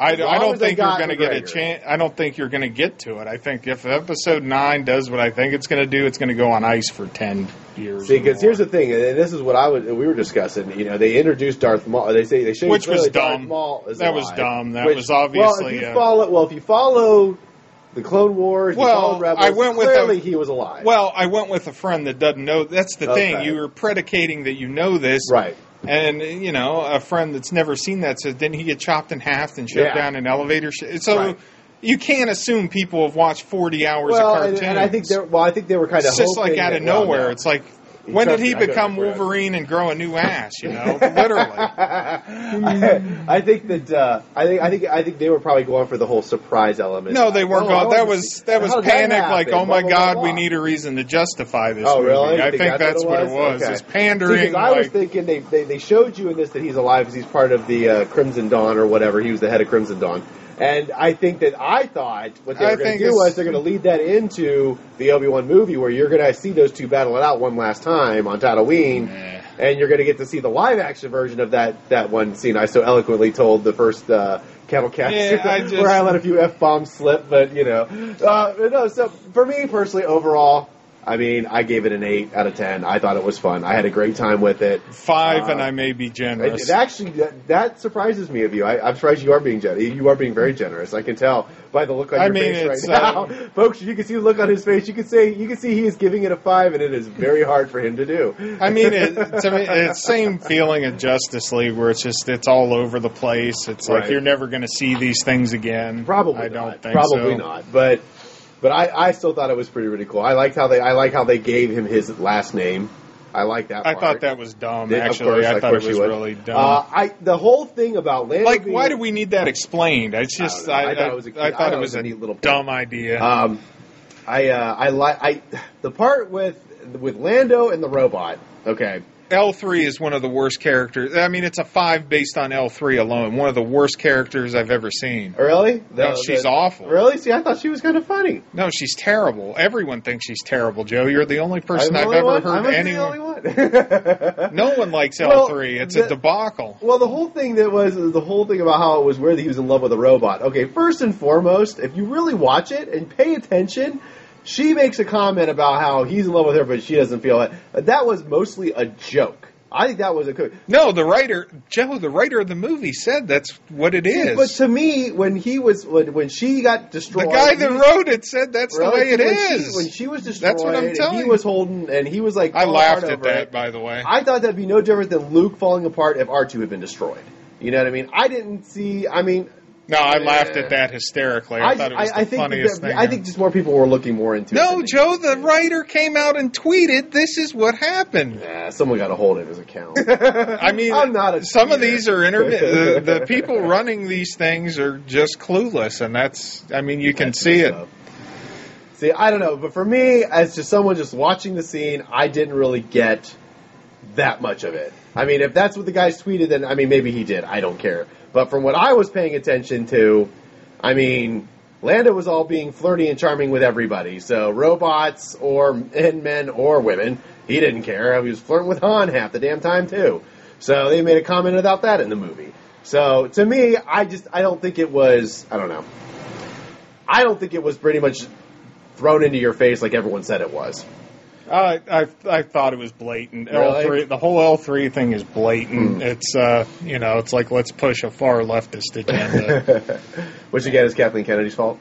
A: I,
B: as
A: I
B: long
A: don't
B: as they
A: think you're
B: got
A: going to get a
B: McGregor.
A: chance. I don't think you're going to get to it. I think if episode nine does what I think it's going to do, it's going to go on ice for ten years.
B: See,
A: or
B: because
A: more.
B: here's the thing, and this is what I would we were discussing. You know, they introduced Darth Maul. They say they showed you
A: Which was
B: clearly Darth
A: dumb.
B: Maul is
A: That was
B: alive,
A: dumb. That
B: which-
A: was obviously,
B: well. If you
A: uh,
B: follow, well, if you follow the Clone Wars, you
A: Well,
B: follow Rebels,
A: I went with
B: clearly
A: the-
B: he was alive.
A: Well, I went with a friend that doesn't know. That's the thing.
B: Okay.
A: You were predicating that you know this,
B: right.
A: And you know, a friend that's never seen that says, "Didn't he get chopped in half and shoved
B: Yeah.
A: down an elevator?" sh-" So
B: Right.
A: you can't assume people have watched forty hours
B: Well,
A: of
B: and,
A: cartoons.
B: and I think they're well. I think they were kind of
A: it's just like out of nowhere. it's like When did he
B: Trust me, I couldn't
A: become
B: remember it.
A: Wolverine and grow a new ass? You know, (laughs) literally.
B: I, (laughs) I think that uh, I think I think I think they were probably going for the whole surprise element.
A: No, they weren't.
B: Oh, I
A: going. That
B: wanted to
A: was
B: see-
A: that was
B: how did
A: panic.
B: happen?
A: like, oh
B: Blah,
A: my
B: blah,
A: God,
B: blah,
A: we
B: blah.
A: need a reason to justify this.
B: Oh
A: movie.
B: really? You
A: I think that's what it was.
B: Okay.
A: It's pandering.
B: See, 'cause I
A: like,
B: was thinking they, they they showed you in this that he's alive because he's part of the uh, Crimson Dawn or whatever. He was the head of Crimson Dawn, and I think that I thought what they
A: I
B: were going
A: think
B: to do
A: it's-
B: was they're going to lead that into the Obi Wan movie where you're going to see those two battle it out one last time on Tatooine, and you're going to get to see the live action version of that that one scene I so eloquently told the first. Uh, Cattle cast (laughs)
A: Yeah, I just-
B: where I let a few f bombs slip, but you know, uh, but no. So for me personally, overall, I mean, I gave it an eight out of ten. I thought it was fun. I had a great time with it.
A: five, and
B: Uh,
A: I may be
B: It,
A: generous.
B: it actually that, that surprises me of you. I, I'm surprised you are being generous. You are being very generous. I can tell by the look on
A: I
B: your
A: mean,
B: face
A: it's,
B: right
A: uh,
B: now, (laughs) folks. You can see the look on his face. You can say you can see he is giving it a five, and it is very hard for him to do.
A: I mean, it,
B: (laughs)
A: to me, it's same feeling of Justice League, where it's just it's all over the place. It's like
B: Right.
A: you're never going to see these things again.
B: Probably
A: I don't
B: not.
A: think
B: Probably
A: so.
B: not. But but I, I still thought it was pretty really cool. I liked how they I like how they gave him his last name. I like that.
A: I
B: part.
A: thought that was dumb.
B: They- of
A: actually,
B: course,
A: I
B: of
A: thought it
B: course you
A: was
B: would.
A: really dumb.
B: Uh, I the whole thing about Lando
A: like,
B: being-
A: why do we need that explained? It's
B: don't
A: just
B: know.
A: I,
B: I thought it was a-
A: I thought it was a
B: neat little point.
A: dumb idea.
B: Um, I uh, I like I the part with with Lando and the robot. Okay,
A: L three is one of the worst characters. I mean, it's a five based on L three alone. One of the worst characters I've ever seen.
B: really?
A: No,
B: The-
A: she's
B: the-
A: awful.
B: Really? See, I thought she was kind of funny.
A: No, she's terrible. Everyone thinks she's terrible, Joe. You're the only person
B: I'm
A: I've
B: the only
A: ever
B: one? I
A: heard
B: must be
A: anyone.
B: the only one. (laughs)
A: No one likes
B: Well,
A: L three. It's a
B: the-
A: debacle.
B: Well, the whole thing that was the whole thing about how it was weird that he was in love with a robot. Okay, first and foremost, if you really watch it and pay attention, she makes a comment about how he's in love with her, but she doesn't feel it. That was mostly a joke. I think that was a co-
A: No, the writer Joe, the writer of the movie said that's what it is.
B: But to me, when he was when, when she got
A: the
B: destroyed,
A: guy that
B: he-
A: wrote it said that's the
B: really,
A: way it
B: when
A: is.
B: She, when she was destroyed,
A: That's what I'm telling
B: and
A: you.
B: he was holding, and he was like,
A: I
B: falling
A: laughed
B: apart
A: at
B: over
A: that,
B: it.
A: by the way.
B: I thought that'd be no different than Luke falling apart if R two had been destroyed. You know what I mean? I didn't see. I mean,
A: no, I laughed at that hysterically. I, thought it was the
B: I think that-
A: funniest thing.
B: I think just more people were looking more into it.
A: no,
B: than-
A: Joe, the writer came out and tweeted, "This is what happened."
B: Nah, someone got a hold of
A: (laughs)
B: his account.
A: I mean,
B: I'm not a
A: some of
B: cheater.
A: these are
B: (laughs)
A: intermittent. the, the people running these things are just clueless, and that's. I mean, you can
B: That's
A: see
B: messed
A: it.
B: up. See, I don't know, but for me, as just someone just watching the scene, I didn't really get that much of it. I mean, if that's what the guys tweeted, then I mean, maybe he did. I don't care. But from what I was paying attention to, I mean, Lando was all being flirty and charming with everybody. So robots or and men or women, he didn't care. He was flirting with Han half the damn time too. So they made a comment about that in the movie. So to me, I just I don't think it was. I don't know. I don't think it was pretty much thrown into your face like everyone said it was.
A: I, I I thought it was blatant. L
B: Really? Hmm.
A: three, the whole L three thing is blatant. It's uh, you know, it's like let's push a far leftist agenda.
B: (laughs) Which again is Kathleen Kennedy's fault.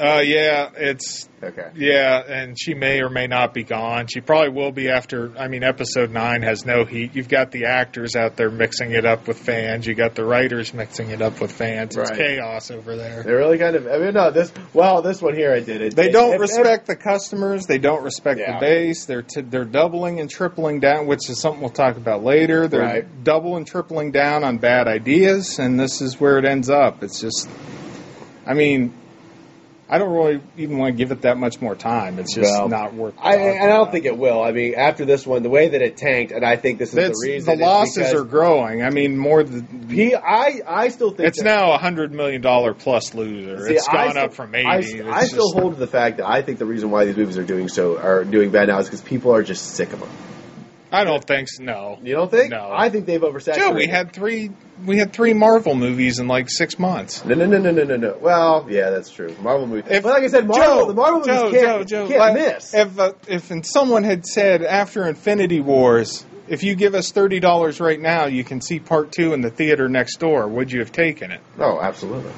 A: uh, yeah, it's
B: Okay.
A: yeah, and she may or may not be gone. She probably will be after. I mean, episode nine has no heat. You've got the actors out there mixing it up with fans. You got the writers mixing it up with fans. It's
B: Right.
A: chaos over there.
B: They really kind of. I mean, no, this. Well, this one here I did it.
A: They don't
B: If- if-
A: respect the customers. They don't respect the
B: Yeah.
A: base. They're t- they're doubling and tripling down, which is something we'll talk about later. They're
B: Right.
A: double and tripling down on bad ideas, and this is where it ends up. It's just, I mean, I don't really even want to give it that much more time. It's just
B: Well,
A: not worth.
B: I, and I don't think it will. I mean, after this one, the way that it tanked, and I think this is
A: That's,
B: the
A: the,
B: reason. is
A: losses
B: because
A: are growing. I mean, more than
B: He, I, I still think
A: it's
B: that-
A: now a hundred million dollar plus loser.
B: See,
A: it's
B: I
A: gone
B: still-
A: up from
B: I,
A: eighty.
B: I
A: It's
B: still
A: just-
B: hold to the fact that I think the reason why these movies are doing so are doing bad now is because people are just sick of them.
A: I don't think so. No,
B: You don't think?
A: No.
B: I think they've oversaturated.
A: Joe, we had three we had three Marvel movies in like six months.
B: No, no, no, no, no, no, no. Well, yeah, that's true. Marvel movies.
A: If-
B: but like I said, Marvel,
A: Joe,
B: the Marvel movies
A: Joe,
B: can't,
A: Joe, Joe,
B: can't
A: like,
B: miss.
A: If uh, if and someone had said after Infinity Wars, if you give us thirty dollars right now, you can see part two in the theater next door. Would you have taken it?
B: oh, absolutely.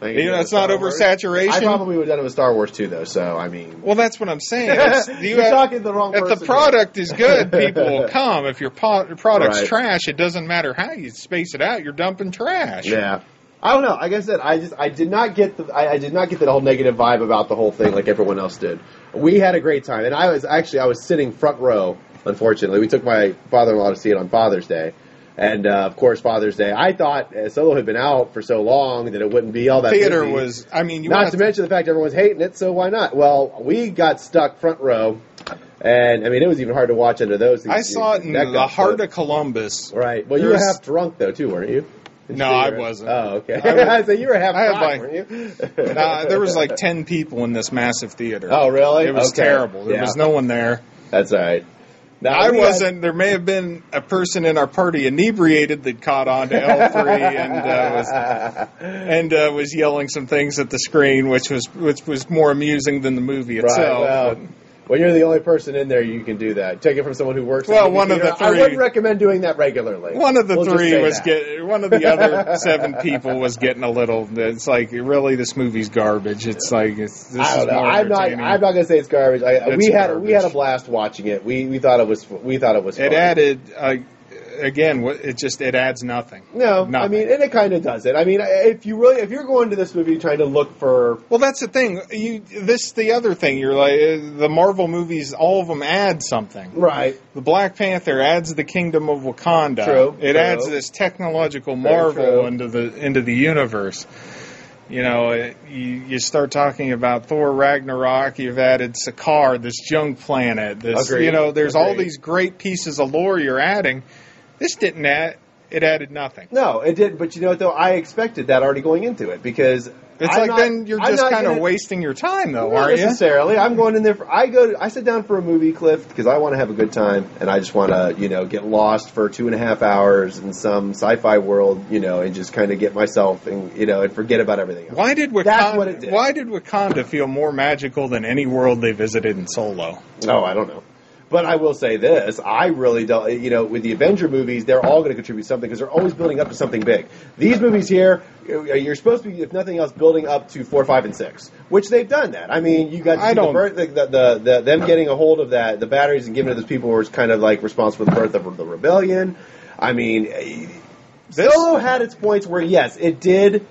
B: Thank
A: You know, it's not
B: Star Wars. I
A: oversaturation.
B: probably would have done it with Star Wars too, though. So I mean,
A: well, that's what I'm
B: (laughs)
A: saying. It's- you
B: are
A: have-
B: talking to the wrong person.
A: if the
B: here.
A: product is
B: (laughs)
A: good, people will come. If your po- product's
B: Right.
A: trash, it doesn't matter how you space it out. You're dumping trash.
B: yeah, I don't know. Like I said, I just I did not get the I, I did not get that whole negative vibe about the whole thing like everyone else did. We had a great time, and I was actually I was sitting front row. Unfortunately, we took my father-in-law to see it on Father's Day, and uh, of course Father's Day. I thought uh, Solo had been out for so long that it wouldn't be all that
A: Theater
B: busy.
A: was. I mean, you
B: not
A: wanna-
B: to mention the fact everyone's hating it, so why not? Well, we got stuck front row, and I mean it was even hard to watch under those.
A: I saw it in
B: that
A: the
B: got
A: heart
B: stuck.
A: of Columbus.
B: Right. Well, you were
A: There's-
B: half drunk though too, weren't you?
A: No,
B: You
A: I
B: were-
A: wasn't.
B: Oh, okay.
A: I was-
B: (laughs) I so you were half
A: I had,
B: drunk,
A: like-
B: weren't
A: (laughs)
B: you?
A: Nah, Uh, there was like ten people in this massive theater.
B: (laughs) Oh, really?
A: It was
B: Okay.
A: terrible. There
B: Yeah.
A: was no one there.
B: That's all right. No,
A: I
B: we had- (laughs)
A: wasn't. there may have been a person in our party inebriated that caught on to L three and uh, was and uh, was yelling some things at the screen, which was which was more amusing than the movie
B: Right,
A: itself.
B: well, when you're the only person in there, you can do that. Take it from someone who works. at
A: Well,
B: movie
A: one of the
B: theater. I
A: three-
B: wouldn't recommend doing that regularly.
A: one of the
B: We'll just
A: three
B: say
A: was
B: that.
A: get. One of the other seven people was getting a little. It's like really, this movie's garbage. It's like it's, this
B: I
A: is
B: don't know.
A: more
B: I'm not.
A: entertaining.
B: I'm not gonna say it's garbage. I,
A: It's
B: we had we had a
A: garbage.
B: blast watching it. We we thought it was we thought it was.
A: it
B: fun.
A: added uh, again. what- It just it adds nothing.
B: No, I
A: Nothing.
B: mean, and it kind of does it. I mean, if you really if you're going to this movie trying to look for
A: Well, that's the thing. You this the other thing. You're like uh, the Marvel movies. All of them add something.
B: right,
A: The Black Panther adds the Kingdom of Wakanda.
B: True,
A: It
B: true.
A: adds this technological
B: Very true.
A: marvel into the into the universe. You know, it, you, you start talking about Thor Ragnarok. You've added Sakaar, this young planet. This,
B: Agreed.
A: you know, there's all
B: Agreed.
A: these great pieces of lore you're adding. This didn't add. It added nothing.
B: no, it didn't. But you know what though, I expected that already going into it because
A: It's
B: I'm
A: like
B: not-
A: then you're
B: I'm
A: just
B: not
A: kind of
B: gonna-
A: wasting your time, though,
B: Not
A: aren't you?
B: necessarily. I'm going in there. For, I go. I sit down for a movie, Cliff, because I want to have a good time, and I just want to, you know, get lost for two and a half hours in some sci-fi world, you know, and just kind of get myself and you know and forget about everything. Else.
A: Why did
B: That's what it
A: Wakanda?
B: did.
A: Why did Wakanda feel more magical than any world they visited in Solo?
B: No, I don't know. But I will say this: I really don't. You know, with the Avenger movies, they're all going to contribute something because they're always building up to something big. These movies here, uh, you're supposed to be, if nothing else, building up to four, five, and six, which they've done that. I mean, you got to
A: I
B: see the
A: don't-
B: birth, the, the, the, the them getting a hold of that, the batteries, and giving it to those people who were kind of like responsible for the birth of the rebellion. I mean, eh,
A: This-
B: Solo had its points where yes, it did.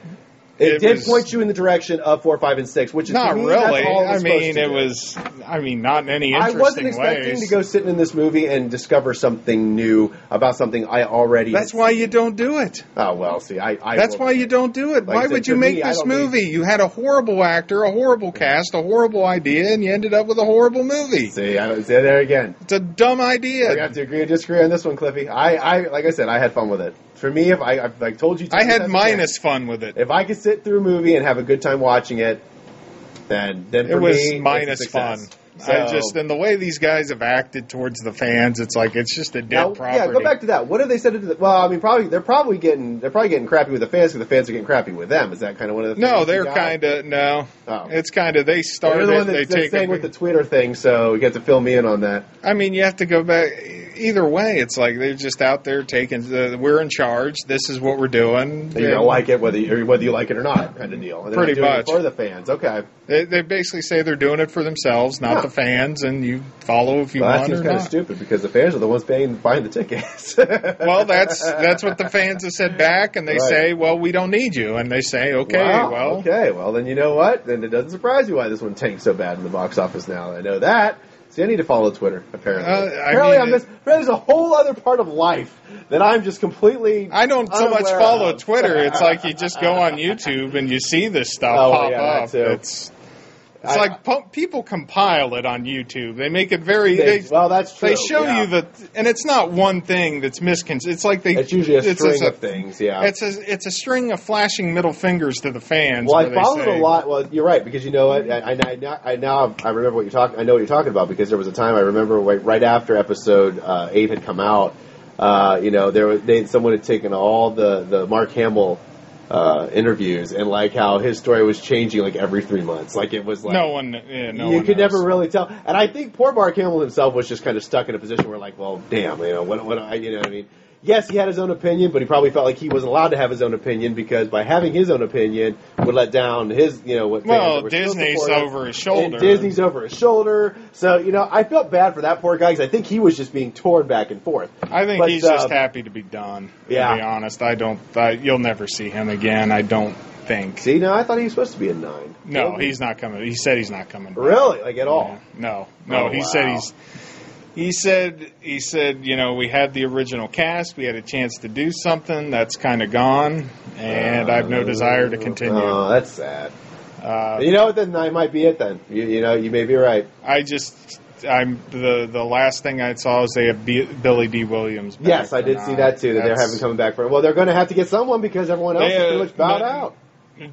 B: It,
A: It
B: did
A: was-
B: point you in the direction of four, five, and six, which is to
A: Not
B: me, that's
A: really.
B: all it
A: I
B: was supposed
A: mean,
B: to
A: it
B: do.
A: was. I mean, not in any
B: I
A: interesting
B: wasn't expecting
A: ways.
B: to go sitting in this movie and discover something new about something I already.
A: That's
B: had
A: why
B: seen.
A: you don't do it.
B: Oh well, see, I. I
A: That's why you don't do it.
B: Like I
A: why
B: said,
A: would you
B: to
A: make
B: me, I
A: this
B: don't need-
A: movie? You had a horrible actor, a horrible cast, a horrible idea, and you ended up with a horrible movie.
B: See, I don't see there again.
A: It's a dumb
B: We
A: idea.
B: have to agree and disagree on this one, Cliffy. I, I, like I said, I had fun with it. For me, if I, I like told you,
A: I had
B: times
A: minus fun with it.
B: If I could sit through a movie and have a good time watching it, then then
A: It
B: for
A: was
B: me, it's a
A: minus fun.
B: success.
A: I
B: So-
A: just and the way these guys have acted towards the fans, it's like it's just a dead
B: Now,
A: property.
B: Yeah, go back to that. What have they said? To the, well, I mean, probably they're probably getting they're probably getting crappy with the fans because the fans are getting crappy with them. Is that kind of one of the
A: No,
B: things you
A: they're
B: got?
A: kind of no.
B: Oh.
A: It's kind of they
B: You're
A: started
B: the
A: it.
B: one
A: They
B: that's, that's
A: take.
B: staying
A: it-
B: with the Twitter thing, so you get to fill me in on that.
A: I mean, you have to go back. Either way, it's like they're just out there taking. The, we're in charge. This is what we're doing.
B: You don't like it, whether you, or whether you like it or not, kind of deal. And they're not
A: Pretty
B: doing it
A: much.
B: for the fans. Okay,
A: They, they basically say they're doing it for themselves, not
B: Huh.
A: the fans, and you follow if you
B: well, that
A: want
B: seems
A: or
B: kind of
A: not.
B: stupid because the fans are the ones paying buying the tickets. (laughs)
A: Well, that's that's what the fans have said back, and they
B: Right.
A: say, "Well, we don't need you," and they say, "Okay,
B: Wow,
A: well."
B: okay. Well, then you know what? Then it doesn't surprise you why this one tanked so bad in the box office. Now I know that. See, I need to follow Twitter. Apparently,
A: Uh, I
B: apparently,
A: mean,
B: I'm just, there's a whole other part of life that I'm just completely.
A: I don't so much
B: unaware
A: follow
B: of.
A: Twitter. It's
B: (laughs)
A: like you just go on YouTube and you see this stuff
B: Oh, well,
A: pop
B: yeah, that
A: up.
B: too.
A: It's it's
B: I-
A: like po- people compile it on YouTube. They make it very.
B: They-
A: They,
B: well, that's true.
A: They show
B: yeah.
A: you that, and it's not one thing that's misconceived. It's like they.
B: It's usually a
A: it's
B: string
A: just a-
B: of things. Yeah.
A: It's a it's a string of flashing middle fingers to the fans.
B: Well, I
A: where they
B: followed
A: say-
B: a lot. Well, you're right because you know what I, I, I now I now I remember what you're talking. I know what you're talking about because there was a time I remember right, right after episode uh, eight had come out. Uh, you know, there was they someone had taken all the the Mark Hamill uh, interviews and like how his story was changing like every three months. Like it was like
A: No one, yeah, no
B: you
A: one
B: could
A: knows.
B: never really tell. And I think poor Mark Hamill himself was just kind of stuck in a position where, like, well, damn, you know, what, what, I, you know, what I mean, yes, he had his own opinion, but he probably felt like he wasn't allowed to have his own opinion because by having his own opinion would let down his, you know, what. fans
A: Well,
B: that were still
A: Disney's
B: supportive.
A: over his
B: And
A: shoulder.
B: Disney's over his shoulder. So you know, I felt bad for that poor guy because I think he was just being torn back and forth.
A: I think
B: But,
A: he's
B: uh,
A: just happy to be done.
B: yeah.
A: To be honest, I don't. I, you'll never see him again. I don't think.
B: See, now I thought he was supposed to be a nine.
A: no, he's not coming. He said he's not coming. back.
B: really like at all.
A: No, no.
B: Oh,
A: he said
B: wow.
A: he's. He said he said you know we had the original cast. We had a chance to do something. That's kind of gone, and I've no desire to continue.
B: Oh, that's sad.
A: Uh,
B: You know what? Then I might be it. Then you, you know you may be right.
A: I just. I'm the the last thing I saw is they have B, Billy D. Williams. back
B: Yes, I did
A: and,
B: see
A: uh,
B: that too. That they're
A: that's-
B: having coming back for. Well, they're going to have to get someone because everyone else
A: They,
B: is
A: uh,
B: pretty much bowed
A: but-
B: out.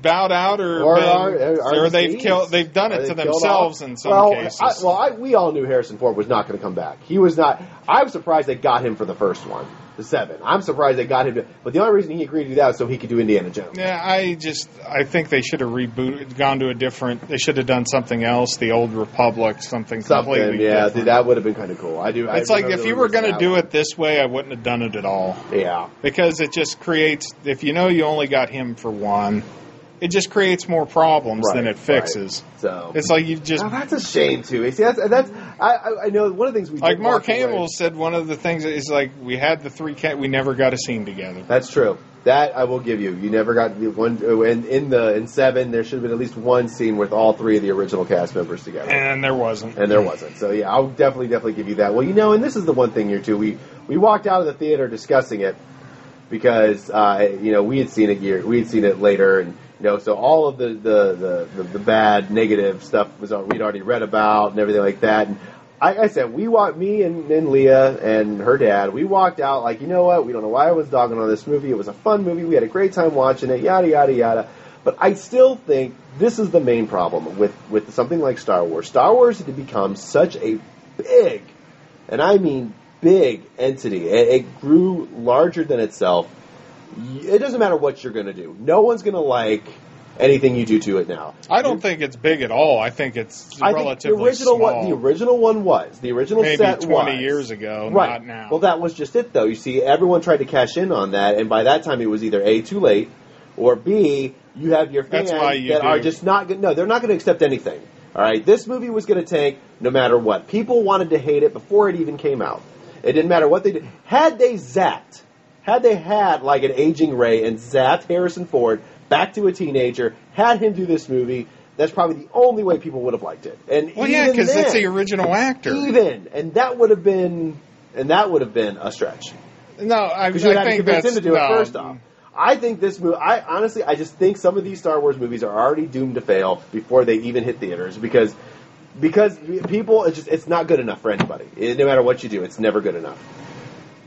A: bowed out or,
B: Or
A: been-
B: are- are- are
A: or they've
B: deceased.
A: killed they've done
B: Are
A: it
B: they
A: to
B: killed off?
A: themselves in some
B: well,
A: cases.
B: I, well, I, we all knew Harrison Ford was not going to come back. He was not. I was surprised they got him for the first one, the seven. I'm surprised they got him. To, but the only reason he agreed to do that was so he could do Indiana Jones.
A: yeah, I just I think they should have rebooted, gone to a different. They should have done something else. The old Republic, something,
B: Something,
A: completely
B: yeah,
A: different.
B: dude, that would have been kind of cool. I do. I
A: it's like
B: remember
A: if
B: the
A: you were
B: rumors
A: going to
B: of
A: do
B: that
A: it this way, I wouldn't have done it at all
B: one. yeah,
A: because it just creates. If you know you only got him for one, it just creates more problems than
B: Right,
A: it fixes.
B: right. So
A: It's like you just
B: Now, that's a shame too. See, that's that's. I I- I know one of the things we
A: like
B: did
A: Mark
B: walk away-
A: Hamill said. One of the things is like we had the three cat. We never got a scene together.
B: That's true. That I will give you. You never got the one in, in the in seven. There should have been at least one scene with all three of the original cast members together.
A: And there wasn't.
B: and there wasn't. So yeah, I'll definitely definitely give you that. Well, you know, and this is the one thing here too. We we walked out of the theater discussing it because uh, you know we had seen it year we had seen it later, and you know, so all of the the the, the, the bad negative stuff was al- we'd already read about and everything like that. And I, I said we walked me and, and Leah and her dad. We walked out like you know what? We don't know why I was dogging on this movie. It was a fun movie. We had a great time watching it. Yada yada yada. But I still think this is the main problem with, with something like Star Wars. Star Wars had become such a big, and I mean big, entity. It, it grew larger than itself. It doesn't matter what you're going to do. No one's going to like anything you do to it now.
A: I don't think it's big at all. I think it's
B: I think the
A: relatively
B: original
A: small.
B: one, the original one was the original
A: maybe
B: set
A: 20
B: was.
A: years ago,
B: Right.
A: not now.
B: Well, that was just it, though. You see, everyone tried to cash in on that, and by that time, it was either a too late, or b you have your fans
A: That's why
B: that
A: you do-
B: are just not going. No, they're not going to accept anything. All right, this movie was going to tank no matter what. People wanted to hate it before it even came out. It didn't matter what they did. Had they zapped, had they had like an aging Ray and zapped Harrison Ford back to a teenager, had him do this movie. That's probably the only way people would have liked it. And
A: well, yeah,
B: even
A: because that's
B: then-
A: the original actor.
B: even, and that would have been, and that would have been a stretch
A: no, I, I
B: because you would have to
A: think
B: convince
A: that's
B: him to do
A: no,
B: it first off. I think this movie. I honestly, I just think some of these Star Wars movies are already doomed to fail before they even hit theaters because because people it's just it's not good enough for anybody. It- no matter what you do, it's never good enough.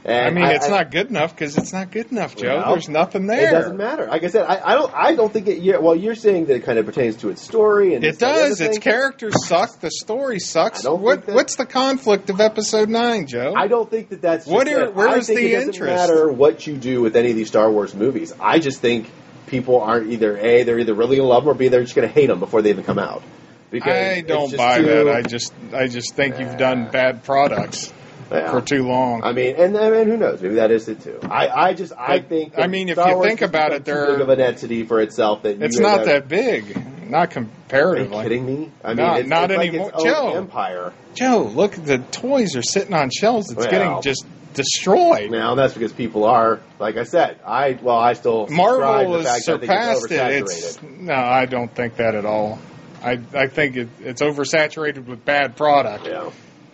B: And
A: I mean,
B: I-
A: it's
B: I-
A: not good enough because it's not good enough, Joe.
B: Well,
A: There's nothing there.
B: It doesn't matter. Like I said, I, I don't. I don't think it. you well, you're saying that it kind of pertains to its story and
A: It
B: this, that, and the
A: does.
B: other
A: Its
B: thing.
A: characters suck. The story
B: I
A: sucks.
B: don't
A: What,
B: think that-
A: What's the conflict of episode nine, Joe?
B: I don't think that that's just
A: What are-
B: it.
A: where
B: I
A: is
B: think
A: the
B: it doesn't
A: interest?
B: matter what you do with any of these Star Wars movies. I just think people aren't either a they're either really gonna love them or b they're just gonna hate them before they even come out. Because
A: I
B: it's
A: don't
B: just
A: buy
B: too-
A: that. I just, I just think you've done bad products
B: Yeah.
A: for too long.
B: I mean, and I mean, who knows? Maybe that is it too. I, I just I
A: But,
B: think.
A: I
B: that
A: mean, if
B: Star
A: you
B: Wars
A: think
B: has
A: about
B: become
A: it, there
B: too
A: are-
B: big of an entity for itself that you
A: it's not
B: have-
A: that big. Not
B: Are you
A: comparatively.
B: kidding me? I mean,
A: No,
B: it's,
A: not
B: it's
A: anymore.
B: Like its own
A: Joe.
B: Empire.
A: Joe, look, the toys are sitting on shelves. It's
B: Well.
A: getting just destroyed.
B: Now that's because people are, like I said, I well, I still subscribe to
A: Marvel
B: the
A: has
B: fact that I think
A: surpassed it.
B: oversaturated.
A: It's no, I don't think that at all. I I think it, it's oversaturated with bad product
B: yeah.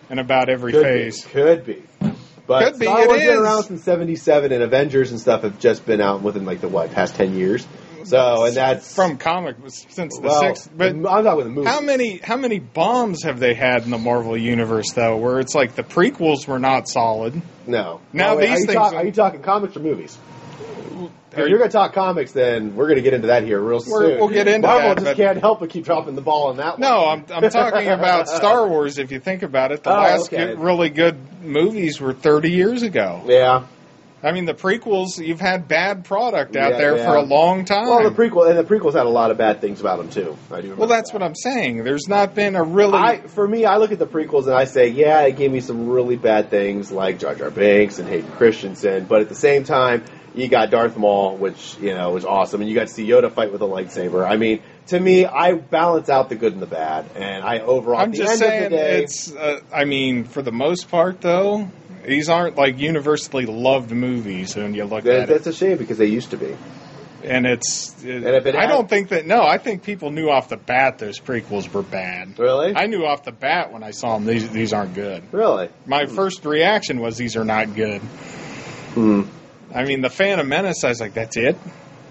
A: in about every
B: Could
A: phase.
B: be. Could be. But
A: Could be,
B: Star
A: it
B: Wars been
A: is.
B: around since '77, and Avengers and stuff have just been out within like the what past ten years. So, Oh, and that's
A: From comic since the
B: well,
A: sixth, but.
B: I'm not with the movie.
A: How many how many bombs have they had in the Marvel universe though? Where it's like the prequels were not solid.
B: no.
A: Now
B: No, wait,
A: these
B: are you,
A: things
B: talk-
A: are-
B: are you talking comics or movies?
A: Are
B: if you're going to talk comics, then we're going to get into that here real
A: We're-
B: soon.
A: we'll get into
B: Marvel
A: that,
B: just
A: but-
B: can't help but keep dropping the ball on that one.
A: No, I'm I'm talking
B: (laughs)
A: about Star Wars. If you think about it, the
B: Oh,
A: last
B: okay.
A: good, really good movies were 30 years ago.
B: Yeah.
A: I mean, the prequels, you've had bad product out
B: Yeah,
A: there
B: yeah.
A: for a long time.
B: Well, the prequel and the prequels had a lot of bad things about them too. I do.
A: Well, that's what I'm saying. There's not been a really.
B: I, for me, I look at the prequels and I say, yeah, it gave me some really bad things like Jar Jar Binks and Hayden Christensen, but at the same time, you got Darth Maul, which you know was awesome, and you got to see Yoda fight with a lightsaber. I mean, to me, I balance out the good and the bad, and I overall.
A: I'm
B: at the
A: just
B: end
A: saying
B: of the day,
A: it's. Uh, I mean, for the most part, though, these aren't like universally loved movies when you look
B: that,
A: at it.
B: that's a shame because they used to be.
A: And it's. It,
B: if it
A: I
B: had-
A: don't think that. No, I think people knew off the bat those prequels were bad.
B: Really,
A: I knew off the bat when I saw them. These these aren't good.
B: really.
A: My first reaction was these are not good.
B: Hmm.
A: I mean, the Phantom Menace. I was like, that's it.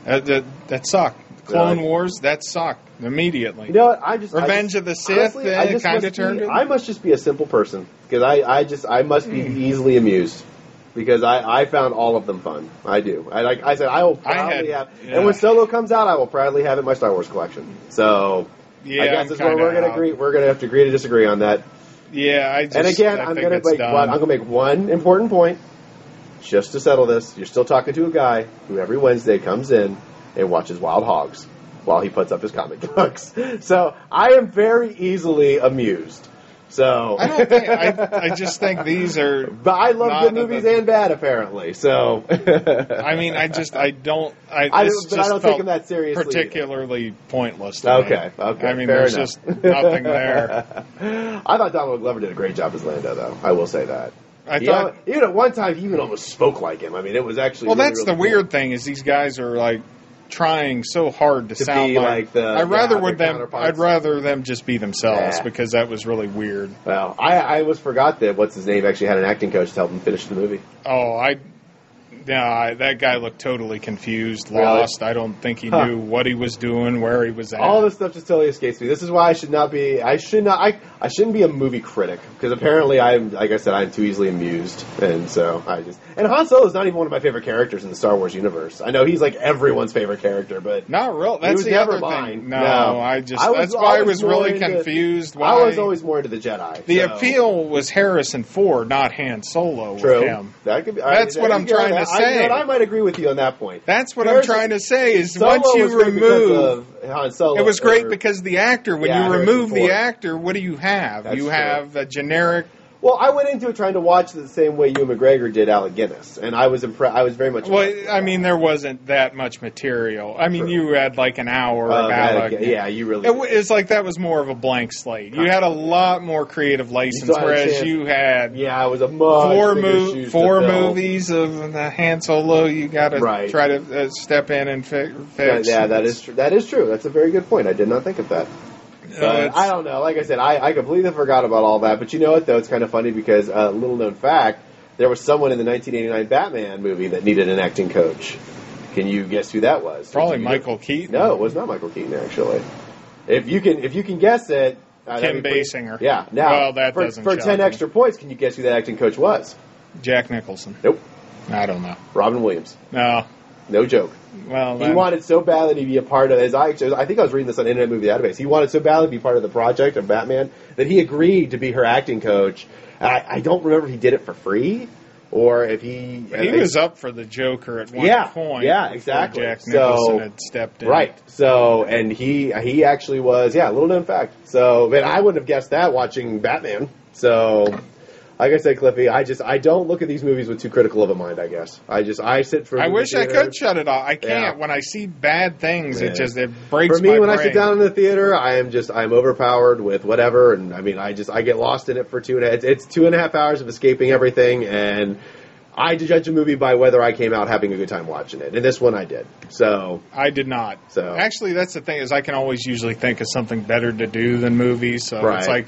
A: That that, that sucked. Clone
B: Really?
A: Wars. That sucked immediately.
B: You know what? I just I
A: Revenge
B: just-
A: of the Sith,
B: honestly,
A: eh,
B: I just
A: kinda
B: must be-
A: turned it-
B: I must just be a simple person because I, I just I must be
A: Hmm.
B: easily amused because I, I found all of them fun. I do. I like I said I will
A: I
B: proudly
A: had-
B: have.
A: yeah.
B: And when Solo comes out, I will proudly have it in my Star Wars collection. So
A: yeah,
B: I guess
A: I'm
B: that's where
A: kinda
B: we're gonna
A: out.
B: agree. We're gonna have to agree to disagree on that.
A: Yeah, I just.
B: and again,
A: I
B: I'm
A: think
B: gonna
A: it's
B: make
A: dumb.
B: one. I'm gonna make one important point just to settle this. You're still talking to a guy who every Wednesday comes in and watches Wild Hogs while he puts up his comic (laughs) books. So I am very easily amused. So
A: I don't think. (laughs) I, I just think these are.
B: (laughs) but I love
A: Not
B: good
A: of
B: movies
A: the-
B: and bad
A: (laughs)
B: apparently. So (laughs)
A: I mean, I just. I don't. I,
B: I
A: this
B: don't, but
A: just
B: I don't
A: felt
B: take them that seriously. either.
A: particularly pointless. To me.
B: Okay. Okay.
A: I mean,
B: fair
A: there's
B: enough.
A: just nothing there.
B: (laughs) I thought Donald Glover did a great job as Lando, though. I will say that.
A: I
B: You
A: thought.
B: know, even at one time, he even almost spoke like him. I mean, it was actually
A: Well,
B: really,
A: that's
B: really
A: the
B: cool.
A: weird thing is these guys are like trying so hard to,
B: To
A: sound
B: be
A: like.
B: like the-
A: I rather
B: yeah,
A: would
B: their
A: them.
B: counterparts.
A: I'd rather them just be themselves
B: Yeah.
A: because that was really weird.
B: Well, I, I always forgot that what's his name actually had an acting coach to help him finish the movie.
A: Oh, I. Yeah, I, that guy looked totally confused,
B: Really?
A: lost. I don't think he
B: Huh.
A: knew what he was doing, where he was at.
B: All this stuff just totally escapes me. This is why I should not be. I should not. I I shouldn't be a movie critic because apparently I'm like I said I'm too easily amused, and so I just and Han Solo is not even one of my favorite characters in the Star Wars universe. I know he's like everyone's favorite character, but
A: Not real.
B: He
A: That's
B: was
A: the
B: never
A: other
B: mine.
A: thing. No,
B: No.
A: I just
B: I was-
A: that's why
B: I
A: I was,
B: was
A: really
B: more into-
A: confused. Why
B: I was always more into the Jedi.
A: the
B: so-
A: appeal was Harrison Ford, not Han Solo
B: True.
A: with him.
B: That could be,
A: That's
B: I-
A: what
B: there
A: I'm
B: you go.
A: trying to
B: I- you know
A: say.
B: what, I might agree with you on that point.
A: That's what
B: Harrison-
A: I'm trying to say. Is
B: Solo
A: once you
B: was great because
A: remove,
B: of Han Solo,
A: it was great
B: or-
A: because the actor. When
B: Yeah,
A: you
B: Harrison
A: remove the
B: Ford.
A: actor, what do you have?
B: That's
A: you
B: true.
A: have a generic.
B: Well, I went into it trying to watch it the same way you and McGregor did Alec Guinness, and I was impressed. I was very much.
A: Well,
B: impressed with
A: I
B: that.
A: mean, there wasn't that much material. I mean,
B: True.
A: you had like an hour
B: Um,
A: of
B: Alec-
A: Alec.
B: yeah, you really.
A: It w- it's like that was more of a blank slate. You had a lot more creative license,
B: still had a
A: whereas
B: chance.
A: you had
B: yeah, it was a much
A: four
B: bigger
A: mo-
B: shoes
A: four
B: to fill.
A: movies of the Han Solo. You got to
B: Right.
A: try to uh, step in and fi-
B: Yeah,
A: fix.
B: yeah, that is true. That is true. That's a very good point. I did not think of that.
A: Uh,
B: But I don't know. Like I said, I, I completely forgot about all that. But you know what, though? It's kind of funny because, uh, little known fact, there was someone in the 1989 Batman movie that needed an acting coach. Can you guess who that was?
A: probably
B: Did you-
A: Michael Keaton.
B: No, it was not Michael Keaton, actually. If you can if you can guess it. uh,
A: Kim
B: that'd be pretty-
A: Basinger.
B: Yeah. Now,
A: Well, that
B: for,
A: doesn't
B: For
A: shock
B: 10
A: me.
B: extra points, can you guess who that acting coach was?
A: Jack Nicholson.
B: Nope.
A: I don't know.
B: Robin Williams.
A: No.
B: No joke.
A: Well,
B: He
A: then-
B: wanted so badly to be a part of as I I think I was reading this on Internet Movie Database. He wanted so badly to be part of the project of Batman that he agreed to be her acting coach. I, I don't remember if he did it for free or if he
A: he was up for the Joker at one
B: Yeah,
A: point.
B: yeah,
A: before
B: exactly.
A: Jack
B: So-
A: Nicholson had stepped in.
B: right. So and he he actually was yeah, little known fact. So man, I wouldn't have guessed that watching Batman. So. Like I said, Cliffy, I just I don't look at these movies with too critical of a mind. I guess I just I sit for.
A: I wish I could shut it off. I can't.
B: Yeah.
A: When I see bad things,
B: Yeah.
A: it just it breaks
B: For me,
A: my
B: when
A: brain.
B: I sit down in the theater, I am just I'm overpowered with whatever, and I mean, I just I get lost in it for two and a, it's, it's two and a half hours of escaping everything, and I judge a movie by whether I came out having a good time watching it, and this one I did. So
A: I did not.
B: So-
A: actually, that's the thing is I can always usually think of something better to do than movies. So
B: Right.
A: it's like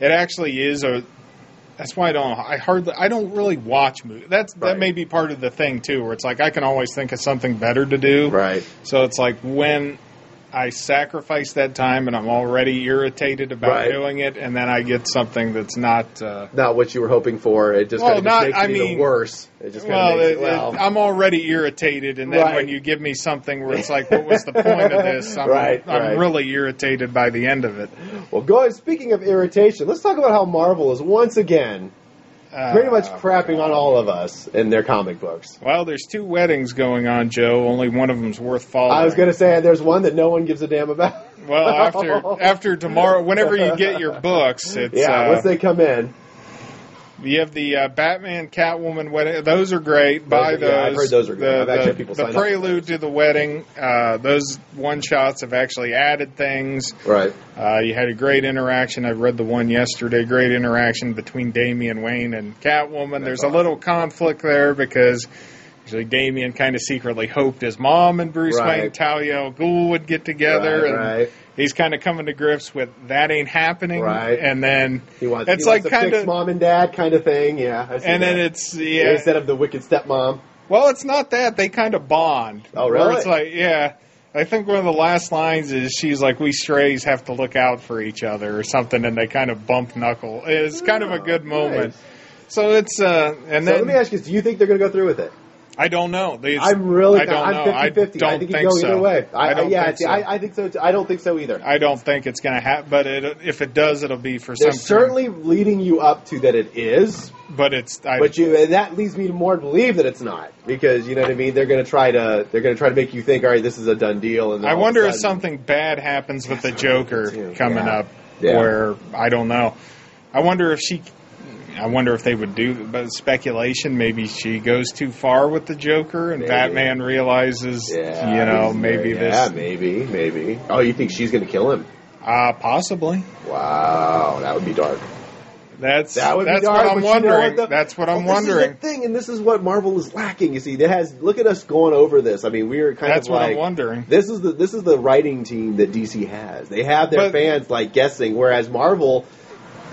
A: it actually is a. That's why I don't. I hardly. I don't really watch movies. That's
B: Right.
A: that may be part of the thing too, where it's like I can always think of something better to do.
B: right,
A: So it's like when I sacrifice that time and I'm already irritated about
B: Right.
A: doing it, and then I get something that's not. Uh,
B: not what you were hoping for. It just
A: Well,
B: kind of
A: not-
B: makes it
A: I
B: even
A: mean-
B: worse. It just kind
A: well,
B: of makes
A: it- it-
B: it, well.
A: I'm already irritated, and then
B: Right.
A: when you give me something where it's like, what was the point of
B: (laughs)
A: this? I'm,
B: Right,
A: I'm
B: right.
A: really irritated by the end of it.
B: well, go. Speaking of irritation, let's talk about how Marvel is once again
A: Uh,
B: pretty much
A: Ah,
B: crapping on all of us in their comic books.
A: Well, there's two weddings going on, Joe. Only one of them's worth following.
B: I was going to say there's one that no one gives a damn about.
A: (laughs) Well,
B: (laughs)
A: after after tomorrow, whenever you get your books, it's
B: yeah,
A: uh,
B: once they come in,
A: you have the uh, Batman Catwoman wedding. Those are great. Buy
B: are- yeah, I've heard those are great.
A: The,
B: I've actually
A: the-
B: had people
A: the
B: sign up for
A: prelude to the wedding. Uh, those one shots have actually added things.
B: right?
A: Uh, you had a great interaction. I read the one yesterday. Great interaction between Damian Wayne and Catwoman. There's a little conflict there because usually Damian kind of secretly hoped his mom and Bruce
B: Right.
A: Wayne, Talia al Ghul, would get together,
B: Right,
A: and
B: right.
A: he's kind of coming to grips with that ain't happening.
B: Right.
A: And then
B: He wants
A: it's
B: he
A: like
B: wants to
A: kind
B: fix
A: of,
B: mom and dad kind of thing. Yeah, I see
A: and then
B: that.
A: it's yeah.
B: instead of the wicked stepmom.
A: Well, it's not that they kind of bond.
B: Oh,
A: Where
B: really?
A: It's like yeah. I think one of the last lines is she's like, "We strays have to look out for each other" or something, and they kind of bump knuckle. It's kind of a good
B: Oh,
A: moment.
B: nice.
A: So it's uh, and
B: So
A: then
B: let me ask you: Do you think they're going to go through with it?
A: I don't know. They-
B: I'm really.
A: I don't
B: I'm
A: know.
B: 50
A: I
B: 50.
A: don't
B: I think, it
A: think
B: go either
A: so.
B: way. I,
A: I don't
B: yeah,
A: think
B: see,
A: so.
B: I, I think so. Too. I don't think so either.
A: I don't think it's going to happen, but it, if it does, it'll be for
B: They're
A: some.
B: certainly leading you up to that it is,
A: but it's I,
B: but you and that leads me to more believe that it's not because you know what I mean. They're going to try to they're going to try to make you think, all right, this is a done deal. And then
A: I
B: all of a
A: wonder if
B: sudden-
A: something bad happens with the
B: too.
A: Joker coming
B: Yeah.
A: up,
B: Yeah.
A: where I don't know. I wonder if she. I wonder if they would do, but it's speculation. Maybe she goes too far with the Joker, and
B: Maybe.
A: Batman realizes,
B: Yeah,
A: you know,
B: he's-
A: maybe
B: yeah,
A: this,
B: maybe, maybe. Oh, you think she's going to kill him?
A: uh, possibly.
B: Wow, that would be dark.
A: That's
B: That would
A: that's
B: be dark.
A: what I'm
B: but you know
A: wondering.
B: what the-
A: that's what I'm
B: Well, (laughs) this is the
A: wondering.
B: thing, and this is what Marvel is lacking. You see, that has look at us going over this. I mean, we are kind
A: That's
B: of
A: what
B: like
A: I'm wondering.
B: this is the this is the writing team that DC has. They have their
A: But-
B: fans like guessing, whereas Marvel,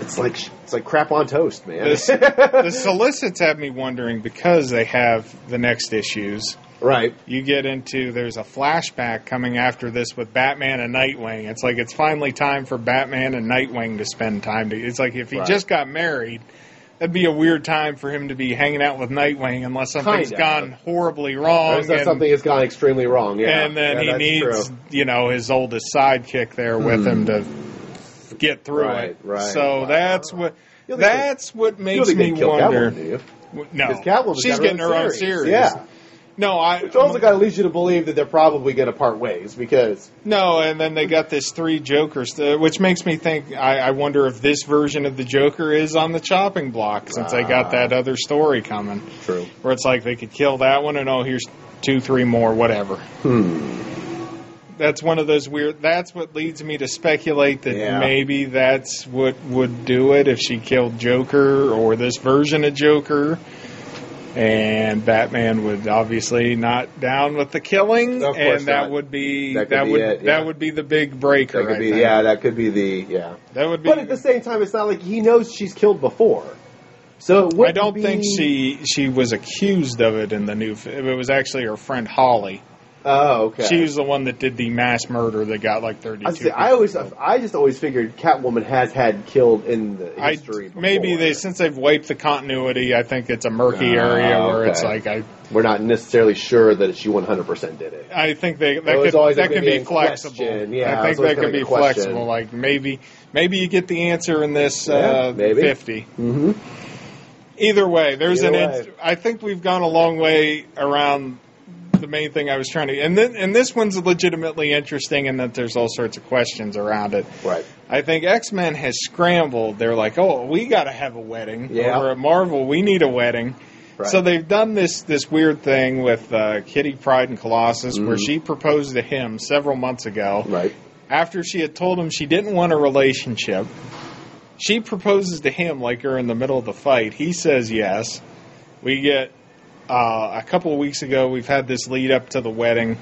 B: it's like sh- it's like crap on toast, man.
A: This- the solicits have me wondering because they have the next issues.
B: (laughs) right?
A: you get into there's a flashback coming after this with Batman and Nightwing. It's like it's finally time for Batman and Nightwing to spend time. To, it's like if he
B: Right.
A: just got married, that'd be a weird time for him to be hanging out with Nightwing unless something's
B: Kinda.
A: gone horribly wrong.
B: There's not
A: and-
B: something that's gone extremely wrong. Yeah,
A: and then
B: Yeah,
A: he
B: that's
A: needs,
B: true. Hmm.
A: you know, his oldest sidekick there with him to get through
B: Right,
A: it.
B: right.
A: So
B: Wow.
A: that's what
B: You'll think they-
A: that's what
B: You don't
A: makes
B: think
A: me
B: they killed
A: wonder.
B: Catwoman, do you?
A: W- No,
B: 'Cause Catwoman's
A: she's
B: got
A: getting her own series.
B: Yeah,
A: No, I.
B: which also kind of leads you to believe that they're probably going to part ways because
A: No, and then they got this three Jokers, uh, which makes me think. I, I wonder if this version of the Joker is on the chopping block since they got that other story coming,
B: true.
A: where it's like they could kill that one and oh, here's two, three more, whatever.
B: Hmm.
A: That's one of those weird. That's what leads me to speculate that
B: Yeah.
A: maybe that's what would do it if she killed Joker or this version of Joker. And Batman would obviously not down with the killing,
B: Of course
A: and that
B: not.
A: would be
B: That
A: that,
B: could be
A: would
B: it, yeah.
A: that would be the big breaker.
B: That could
A: I
B: be
A: think.
B: yeah. That could be the yeah.
A: that would be.
B: But at the same time, it's not like he knows she's killed before. So it
A: I
B: wouldn't
A: don't
B: be-
A: think she she was accused of it in the new. f- It was actually her friend Holly.
B: Oh, okay.
A: She was the one that did the mass murder that got like thirty
B: I,
A: two.
B: see, I always, I just always figured Catwoman has had killed in the
A: I-
B: history. before.
A: maybe they since they've wiped the continuity. I think it's a murky
B: Ah,
A: area where it's
B: okay.
A: like I
B: We're not necessarily sure that she 100 percent did it.
A: I think they that
B: It was
A: could
B: always
A: that
B: gonna
A: could
B: be
A: be
B: in
A: flexible.
B: question. Yeah,
A: I think
B: it's always
A: that
B: gonna
A: could
B: be
A: be
B: a question.
A: flexible. Like maybe maybe you get the answer in this uh,
B: Yeah, maybe.
A: fifty.
B: Mm-hmm.
A: Either way, there's
B: Either
A: an.
B: way.
A: Inst- I think we've gone a long way around the main thing I was trying to. And then and this one's legitimately interesting in that there's all sorts of questions around it.
B: Right.
A: I think X Men has scrambled. They're like, oh, we got to have a wedding.
B: Yeah.
A: Or at Marvel, we need a wedding.
B: Right.
A: So they've done this this weird thing with uh, Kitty Pride and Colossus, where
B: Mm-hmm.
A: she proposed to him several months ago
B: Right.
A: after she had told him she didn't want a relationship. She proposes to him like her in the middle of the fight. He says yes. We get uh, a couple of weeks ago. We've had this lead up to the wedding.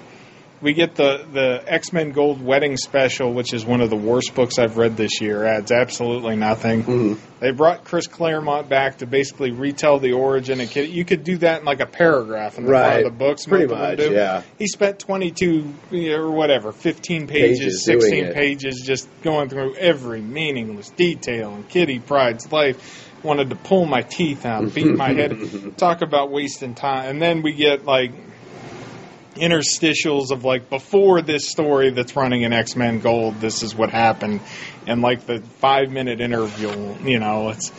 A: We get the the X Men Gold Wedding Special, which is one of the worst books I've read this year. Adds absolutely nothing.
B: Mm-hmm.
A: They brought Chris Claremont back to basically retell the origin. And kid, you could do that in like a paragraph in the front
B: Right.
A: of the books.
B: Pretty
A: most of them
B: much,
A: do.
B: yeah.
A: He spent twenty two or whatever, fifteen pages,
B: Pages doing
A: sixteen
B: it.
A: pages pages just going through every meaningless detail in Kitty Pride's life. Wanted to pull my teeth out, beat my
B: (laughs)
A: head. Talk about wasting time. And then we get like interstitials of like before this story that's running in X Men Gold, this is what happened, and like the five minute interview. You know, it's.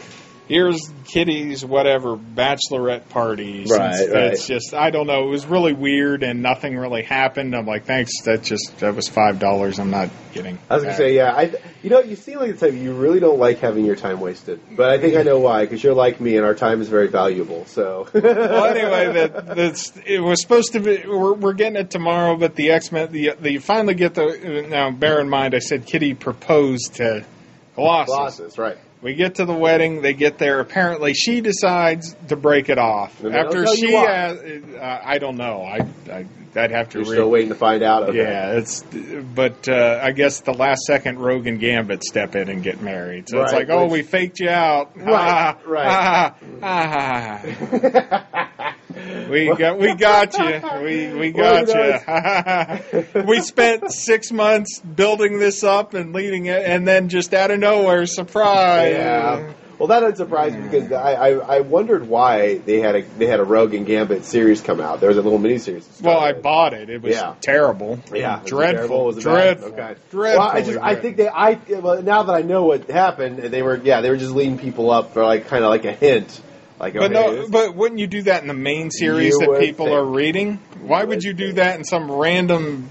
A: here's Kitty's whatever bachelorette parties.
B: Right,
A: it's,
B: right.
A: it's just I don't know. It was really weird and nothing really happened. I'm like, thanks. That just that was five dollars. I'm not getting.
B: I was gonna
A: back.
B: say, yeah. I, you know, you seem like the type you really don't like having your time wasted, but I think I know why because you're like me, and our time is very valuable. So,
A: well, anyway, that, that's it was supposed to be. We're, we're getting it tomorrow, but the X Men, the the you finally get the. Now, bear in mind, I said Kitty proposed to Colossus.
B: (laughs) losses, right?
A: We get to the wedding. They get there. Apparently, she decides to break it off
B: And they don't
A: after
B: tell you
A: she.
B: why.
A: Uh, uh, I don't know. I, I I'd have to
B: You're
A: read.
B: still waiting to find out. Okay.
A: Yeah, it's but uh, I guess the last second Rogue and Gambit step in and get married. So it's
B: Right,
A: like, oh,
B: which-
A: we faked you out.
B: (laughs) Right,
A: Ah,
B: right.
A: ah,
B: (laughs)
A: ah. we got we got you. We we
B: Well,
A: got you. (laughs) we spent six months building this up and leading it, and then just out of nowhere, surprise.
B: Yeah. Well, that didn't surprise me because I, I, I wondered why they had a they had a Rogue and Gambit series come out. There was a little miniseries. that
A: Well, I
B: started.
A: bought it. It was
B: Yeah.
A: terrible.
B: Yeah, it was terrible,
A: dreadful.
B: it was a bad-
A: dreadful.
B: okay.
A: Dreadful.
B: Well, I just I think they I well, now that I know what happened, they were yeah they were just leading people up for like kind of like a hint, like
A: But
B: oh, hey,
A: no,
B: this-
A: but wouldn't you do that in the main series
B: You
A: that
B: would
A: people are
B: think.
A: reading? Why
B: You
A: would
B: would
A: you do
B: think.
A: that in some random?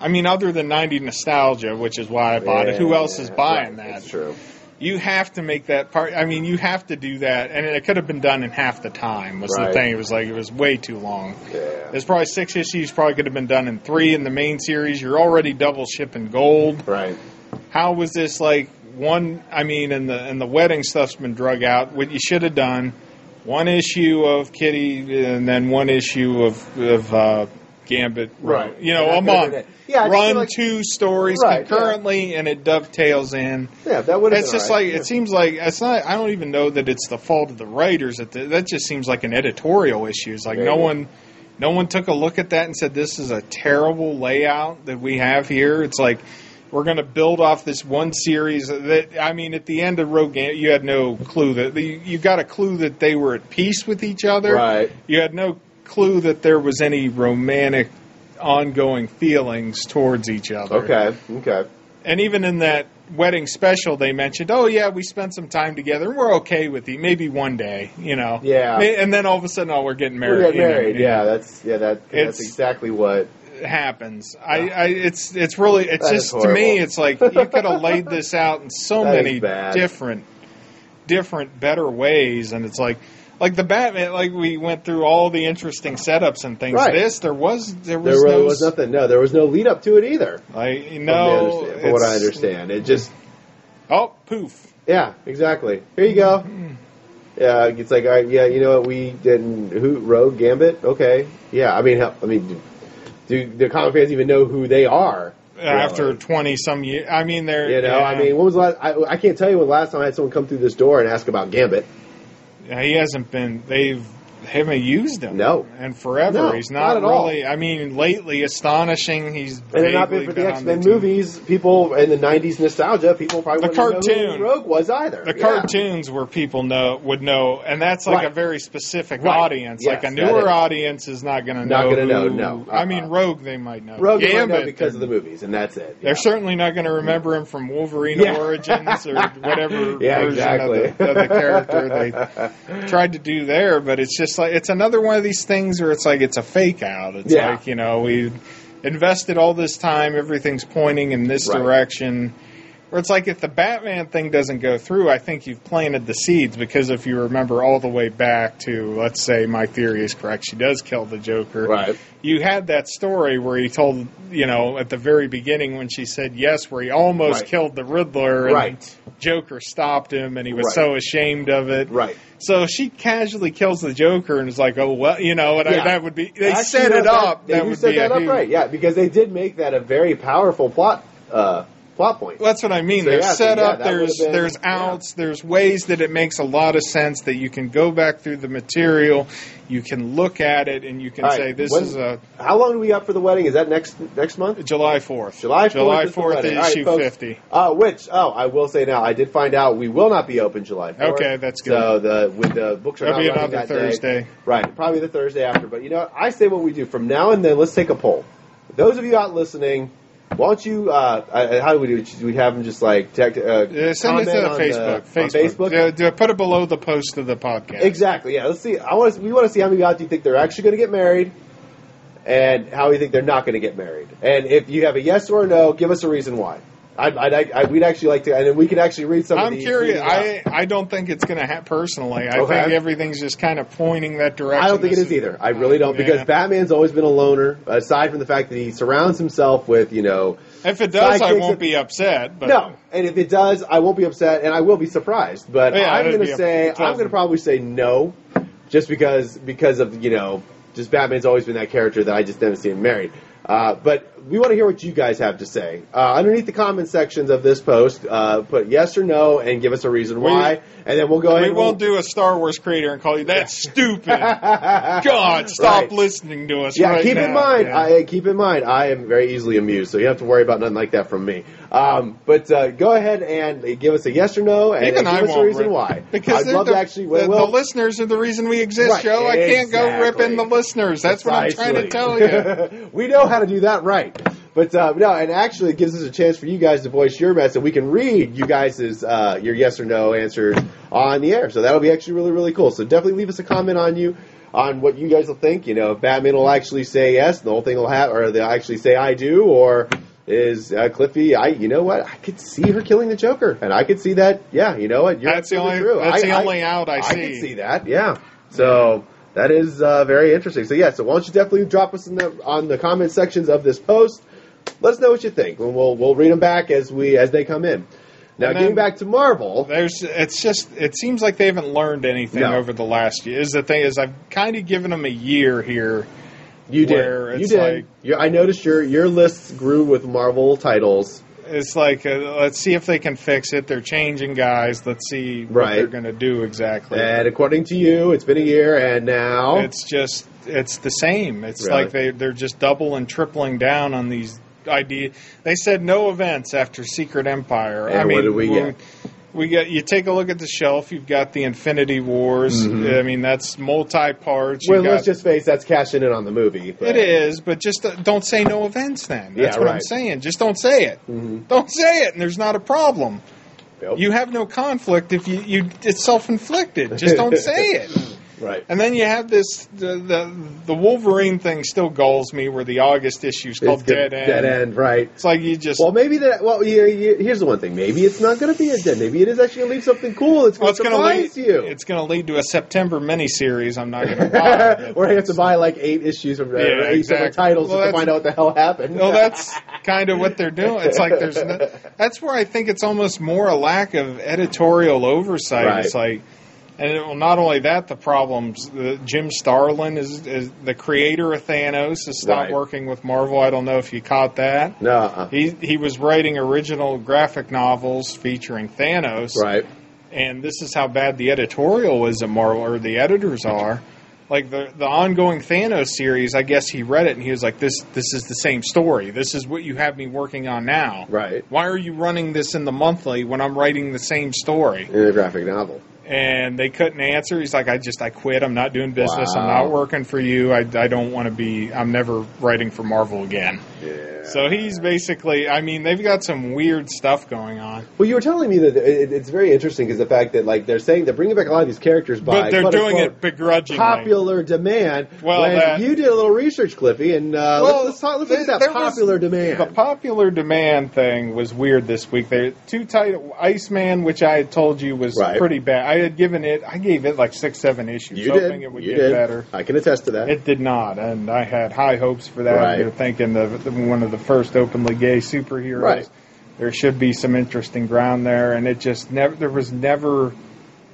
A: I mean, other than ninety nostalgia, which is why I bought it. Who else is
B: Yeah,
A: buying
B: right, That's
A: that?
B: true.
A: You have to make that part. I mean, you have to do that, and it could have been done in half the time. Was
B: Right.
A: the thing? It was like it was way too long.
B: Yeah.
A: There's probably six issues. Probably could have been done in three in the main series. You're already double shipping gold
B: Right.
A: how was this like one i mean and the and the wedding stuff's been drug out what you should have done one issue of kitty and then one issue of of uh gambit
B: Right.
A: you know
B: Yeah,
A: a month
B: good. Yeah, I just
A: run
B: feel like-
A: two stories
B: Right, yeah.
A: concurrently and it dovetails in
B: Yeah, that would.
A: it's just like it seems like it's not i don't even know that it's the fault of the writers that the, that just seems like an editorial issue it's like no
B: Maybe.
A: one no one took a look at that and said this is a terrible layout that we have here it's like we're going to build off this one series that i mean at the end of rogue Gam- you had no clue that you, you got a clue that they were at peace with each other
B: Right.
A: you had no clue that there was any romantic ongoing feelings towards each other
B: Okay. Okay.
A: and even in that wedding special, they mentioned, "Oh yeah, we spent some time together, and we're okay with you. Maybe one day, you know."
B: Yeah.
A: May- And then all of a sudden, oh, we're getting married.
B: We're getting
A: you know,
B: married.
A: and
B: Yeah. That's yeah. That that's
A: It's-
B: exactly what.
A: it happens. I, I, it's, it's really, it's
B: That is
A: just to me,
B: horrible.
A: it's like you could have laid this out in so
B: That is
A: many
B: bad.
A: different, different, better ways, and it's like. Like the Batman, like we went through all the interesting setups and things.
B: Right.
A: This there was there
B: There
A: was
B: really
A: no
B: was nothing. No, there was no lead up to it either.
A: like you
B: From, the
A: know
B: understand, from what I
A: it's-
B: understand, it just
A: Oh poof!
B: Yeah, exactly. Here you go. Yeah, it's like, all right, yeah, you know what? We didn't who Rogue Gambit. Okay, yeah. I mean, how, I mean, do, do the comic fans even know who they are?
A: after
B: really?
A: twenty some years. I mean, there.
B: you know, I mean, when was the last? I, I can't tell you when the last time I had someone come through this door and ask about Gambit.
A: he hasn't been. They've haven't used him.
B: No.
A: and forever
B: No,
A: he's
B: not
A: not,
B: at all.
A: really. I mean, lately astonishing. He's
B: And it not
A: vaguely
B: been for the X
A: on
B: Men
A: team.
B: movies. People in the '90s nostalgia. People probably
A: The
B: wouldn't know
A: cartoon.
B: who Rogue was either.
A: The
B: Yeah.
A: cartoons where people know would know, and that's like
B: Right.
A: a very specific
B: Right.
A: audience.
B: Yes,
A: like a
B: that
A: newer
B: is.
A: audience is not going to know.
B: Not gonna know,
A: who-
B: no.
A: I
B: Uh-uh.
A: mean, Rogue they might know.
B: Rogue you might
A: Gambit
B: know because of the
A: they're-
B: movies, and that's it.
A: They're
B: Yeah.
A: certainly not going to remember him from Wolverine
B: Yeah.
A: Origins or whatever
B: (laughs) Yeah,
A: version
B: exactly.
A: of, the, of the character they tried to do there. But it's just like it's another one of these things where it's like it's a fake out. It's
B: Yeah.
A: like you know we invested all this time, everything's pointing in this
B: Right.
A: direction. Where it's like if the Batman thing doesn't go through, I think you've planted the seeds because if you remember all the way back to let's say my theory is correct, she does kill the Joker
B: right.
A: you had that story where he told, you know, at the very beginning when she said yes, where he almost
B: Right.
A: killed the Riddler and
B: Right.
A: Joker stopped him and he was
B: Right.
A: so ashamed of it.
B: Right.
A: So she casually kills the Joker and is like, oh, well, you know, and I,
B: Yeah.
A: that would be, they
B: Actually,
A: set
B: no,
A: it up.
B: They
A: that
B: do
A: would
B: set
A: be
B: that
A: a
B: up
A: huge-
B: right, yeah, because they did make that a very powerful plot uh, plot point.
A: Well, that's what I mean.
B: So,
A: there's
B: yeah, so,
A: set
B: yeah,
A: up,
B: that
A: there's
B: would've been-
A: there's
B: yeah.
A: outs, there's ways that it makes a lot of sense that you can go back through the material, you can look at it, and you can
B: All right,
A: say this
B: when-
A: is a
B: How long do we got for the wedding? Is that next next month?
A: July 4th.
B: July 4th
A: July
B: is the
A: 4th
B: wedding. All right,
A: issue
B: folks.
A: 50.
B: Uh, which oh, I will say now, I did find out we will not be open July. 4th.
A: Okay, that's good.
B: So the with the books are
A: That'll
B: not
A: be
B: running
A: another
B: that day.
A: Thursday.
B: right? Probably the Thursday after. But you know, what? I say what we do from now and then. Let's take a poll. Those of you out listening, Why don't you? Uh, I, I- how do we do? it? Should we have them just like tech, uh,
A: Yeah, send it
B: comment
A: to
B: on the-
A: Facebook.
B: on
A: Facebook.
B: Facebook?
A: Yeah, do- put it below the post of the podcast.
B: Exactly. Yeah. Let's see. I want to. We want to see how many guys you think they're actually going to get married, and how you think they're not going to get married. And if you have a yes or a no, give us a reason why. I'd, I'd, i we'd actually like to, and then we can actually read some. of
A: I'm
B: these
A: curious.
B: reading out.
A: I I don't think it's going to happen personally. I
B: Okay.
A: think everything's just kind of pointing that direction.
B: I don't think it
A: This
B: is either. I really don't because
A: Yeah.
B: Batman's always been a loner. Aside from the fact that he surrounds himself with, you know,
A: If it does, I
B: Sidekicks
A: won't
B: are-
A: be upset. But
B: no. And if it does, I won't be upset and I will be surprised. But
A: Oh, Yeah,
B: I'm
A: it'd
B: going
A: be
B: to
A: a-
B: say I'm going to
A: pleasant.
B: probably say no, just because because of you know just Batman's always been that character that I just haven't seen married. Uh, but we want to hear what you guys have to say uh, underneath the comment sections of this post. Uh, put yes or no and give us a reason
A: We-
B: why, and then we'll go ahead.
A: we
B: and
A: won't
B: (laughs) we'll-
A: do a Star Wars creator and call you that's stupid.
B: (laughs)
A: God, stop
B: Right.
A: listening to us.
B: Yeah,
A: right
B: keep in
A: now.
B: mind.
A: Yeah.
B: I, keep in mind. I am very easily amused, so you don't have to worry about nothing like that from me. Um, but uh, go ahead and give us a yes or no, and
A: Even
B: give
A: I
B: us
A: won't
B: a reason
A: rip-
B: why.
A: Because
B: I'd
A: they're
B: love
A: the,
B: to actually.
A: the,
B: well,
A: the listeners are the reason we exist,
B: Right,
A: Joe. I can't go
B: exactly.
A: ripping the listeners. That's what I'm trying to tell
B: (laughs) precisely.
A: you.
B: we know how to do that right. But uh, no, and actually, it gives us a chance for you guys to voice your message. We can read you guys' uh, your yes or no answers on the air. So that'll be actually really really cool. So definitely leave us a comment on you on what you guys will think. You know, if Batman will actually say yes, the whole thing will have, or they'll actually say I do, or is uh, Cliffy? I you know what? I could see her killing the Joker, and I could see that. Yeah, you know what? You're
A: That's the
B: absolutely
A: only.
B: true.
A: That's
B: I-
A: the
B: I-
A: only out I,
B: I
A: see.
B: can see that. Yeah. So that is uh, very interesting. So yeah. So why don't you definitely drop us in the on the comment sections of this post. Let us know what you think, and we'll we'll read them back as we as they come in. Now
A: And then-
B: getting back to Marvel.
A: There's. It's just. It seems like they haven't learned anything
B: No.
A: over the last year. Is the thing is I've kind of given them a year here.
B: You
A: where
B: did. You
A: it's
B: did.
A: like-
B: You- I noticed your your lists grew with Marvel titles.
A: It's like uh, let's see if they can fix it. They're changing guys. Let's see what
B: Right.
A: they're going to do exactly.
B: And according to you, it's been a year, and now
A: It's just it's the same. It's
B: Really?
A: like they they're just double and tripling down on these idea. They said no events after Secret Empire.
B: And
A: I
B: what
A: mean,
B: did we
A: when-
B: get?
A: We got you take a look at the shelf. You've got the Infinity Wars. I mean, that's multi parts.
B: Mm-hmm. well, let's just face that's cashing in on the movie. but-
A: It is, but just uh, don't say no events. Then that's
B: Yeah,
A: what I'm
B: right.
A: saying. Just don't say it. Don't say it, and there's not a problem.
B: mm-hmm. Yep.
A: You have no conflict if you, you it's self inflicted. Just
B: (laughs)
A: don't say it.
B: right.
A: And then you have this the, the the Wolverine thing still galls me where the August issue is called
B: It's good-
A: Oh, Dead End.
B: Dead end. Right.
A: It's like you just
B: Well,
A: well,
B: maybe that. Well, here, here- here's the one thing. Maybe it's not going to be a dead. Maybe it is actually going to leave something cool. It's going
A: it's
B: to
A: going to lead
B: surprise you. (laughs)
A: It's going to lead to a September miniseries. I'm not going to buy.
B: Where you have to buy like eight issues from uh,
A: Yeah,
B: eight separate
A: exactly.
B: titles
A: Well,
B: just
A: that's-
B: to find out what the hell happened.
A: Well, that's kind of what they're doing. It's like there's no, that's where I think it's almost more a lack of editorial oversight.
B: Right.
A: It's like, and it, well, not only that, the problems. The, Jim Starlin is, is the creator of Thanos has stopped
B: Right.
A: working with Marvel. I don't know if you caught that.
B: no, uh,
A: He he was writing original graphic novels featuring Thanos,
B: right.
A: and this is how bad the editorial is at Marvel, or the editors are. Like the the ongoing Thanos series, I guess he read it and he was like, "This this is the same story. This is what you have me working on now.
B: Right.
A: Why are you running this in the monthly when I'm writing the same story?"
B: In a graphic novel.
A: And they couldn't answer. He's like, "I just I quit. I'm not doing business. I'm
B: Wow.
A: not working for you. I I don't want to be. I'm never writing for Marvel again."
B: Yeah.
A: So he's basically, I mean, they've got some weird stuff going on.
B: Well, you were telling me that it, it's very interesting because the fact that like they're saying they're bringing back a lot of these characters by
A: But they're
B: quote,
A: doing
B: unquote,
A: it begrudgingly.
B: popular demand.
A: Well,
B: when
A: that-
B: you did a little research, Cliffy, and uh,
A: Well,
B: let's, let's talk. Let's look
A: there-
B: at that
A: there was-
B: popular demand.
A: The popular demand thing was weird this week. They two title Iceman, which I had told you was
B: Right.
A: pretty bad. I had given it, I gave it like six, seven issues,
B: you
A: hoping
B: did.
A: it would
B: you
A: get
B: did.
A: better.
B: I can attest to that.
A: It did not, and I had high hopes for that.
B: Right.
A: You're thinking of the- one of the first openly gay superheroes.
B: Right.
A: There should be some interesting ground there, and it just never. There was never.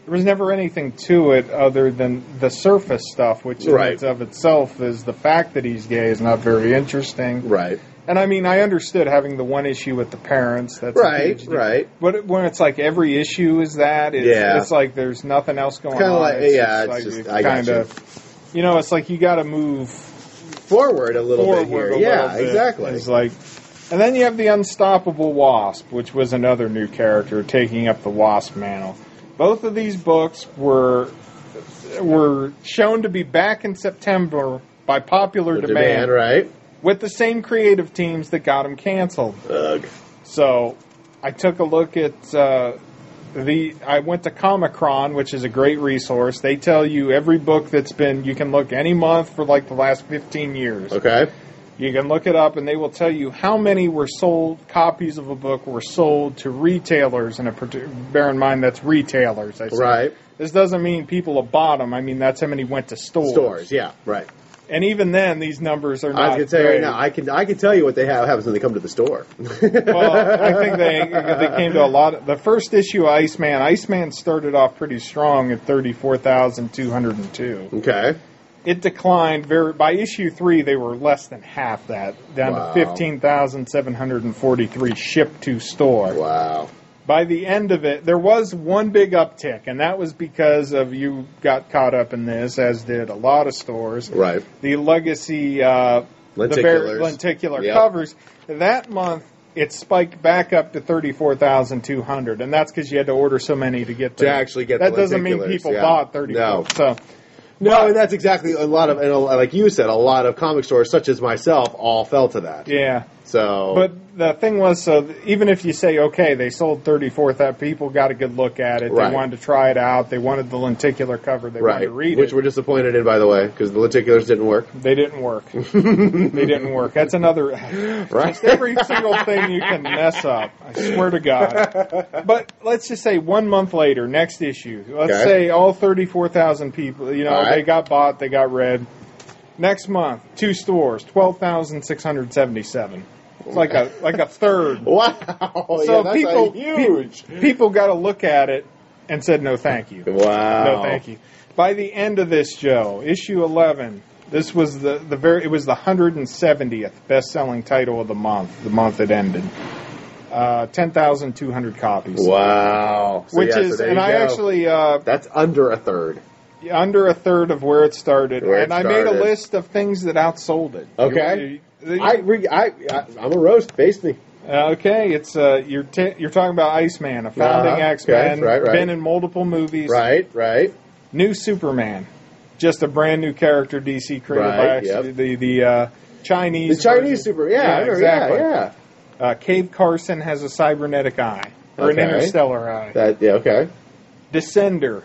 A: There was never anything to it other than the surface stuff, which in
B: Right.
A: and of itself is the fact that he's gay is not very interesting.
B: right.
A: And I mean, I understood having the one issue with the parents. That's a
B: (laughs) Right.
A: huge deal.
B: Right.
A: But it- when it's like every issue is that, it's,
B: Yeah.
A: it's like there's nothing else going
B: Kinda
A: on.
B: like- yeah, it's just- I got
A: kinda- you know, it's like you got to move
B: forward a little
A: forward
B: bit here.
A: a
B: yeah,
A: little bit.
B: exactly.
A: It's like, and then you have the unstoppable wasp, which was another new character taking up the wasp mantle. Both of these books were were shown to be back in September by popular
B: The demand, right?
A: with the same creative teams that got him canceled.
B: Ugh.
A: So I took a look at uh, the. I went to Comicron, which is a great resource. They tell you every book that's been. You can look any month for like the last fifteen years.
B: Okay.
A: You can look it up, and they will tell you how many were sold. Copies of a book were sold to retailers, and a parti- bear in mind that's retailers. I said.
B: Right.
A: This doesn't mean people have bought them. I mean that's how many went to stores.
B: Stores. Yeah. Right.
A: And even then, these numbers are not.
B: I was gonna tell you right
A: great.
B: now. I can I can tell you what they have happens when they come to the store.
A: well, I
B: (laughs)
A: think they they came to a lot. Of, the first issue, of Iceman, Iceman started off pretty strong at thirty four thousand two hundred and two.
B: okay.
A: It declined very by issue three. They were less than half that, down
B: Wow.
A: to fifteen thousand seven hundred and forty three shipped to store.
B: Wow.
A: By the end of it, there was one big uptick, and that was because of you got caught up in this, as did a lot of stores
B: Right.
A: the legacy uh, the
B: Lenticulars.
A: very lenticular
B: Yep.
A: covers. That month, it spiked back up to thirty four thousand two hundred, and that's because you had to order so many to get
B: To
A: there.
B: actually get
A: that
B: the
A: doesn't mean
B: lenticulars,
A: people
B: yeah.
A: bought thirty four.
B: No.
A: So
B: No, and that's exactly a lot of and a, like you said, a lot of comic stores such as myself all fell to that.
A: yeah,
B: So
A: but the thing was, so th- even if you say okay, they sold thirty four thousand, people got a good look at it.
B: Right.
A: They wanted to try it out. They wanted the lenticular cover. They wanted
B: right,
A: to read
B: which
A: it.
B: we're disappointed in, by the way, because the lenticulars didn't work.
A: they didn't
B: (laughs)
A: work. they didn't work. That's another. (laughs)
B: Right.
A: Just every single thing you can mess up. I swear to God. But let's just say one month later, next issue. Let's
B: Okay.
A: say all thirty-four thousand people. You know,
B: All right.
A: they got bought, they got read. Next month, two stores, twelve thousand six hundred seventy-seven. It's like a like a third.
B: (laughs) Wow.
A: So
B: yeah, that's
A: people
B: a huge.
A: pe- people got to look at it and said no, thank you.
B: wow.
A: No, thank you. By the end of this, Joe, issue eleven. This was the, the very it was the hundred and seventieth best selling title of the month. The month it ended. Uh, Ten thousand two hundred copies,
B: Wow. So,
A: which
B: yeah, so
A: is
B: there
A: and
B: you
A: I
B: go.
A: actually uh,
B: that's under a third.
A: under a third of where it started.
B: Where it
A: and I made
B: started.
A: a list of things that outsold it.
B: Okay.
A: You- you-
B: I, re, I, I I'm a roast. Face me.
A: okay, it's uh, you're t- you're talking about Iceman, a founding
B: Uh-huh.
A: X Man,
B: Okay, right, right.
A: been in multiple movies,
B: Right. Right.
A: new Superman, just a brand new character DC created
B: Right,
A: by actually
B: yep.
A: the the uh,
B: The
A: Chinese
B: Chinese
A: version.
B: super. Yeah. I remember,
A: exactly.
B: Yeah. Yeah.
A: Uh, Cave Carson has a cybernetic eye or
B: Okay.
A: an interstellar eye.
B: That. Yeah. Okay.
A: Descender,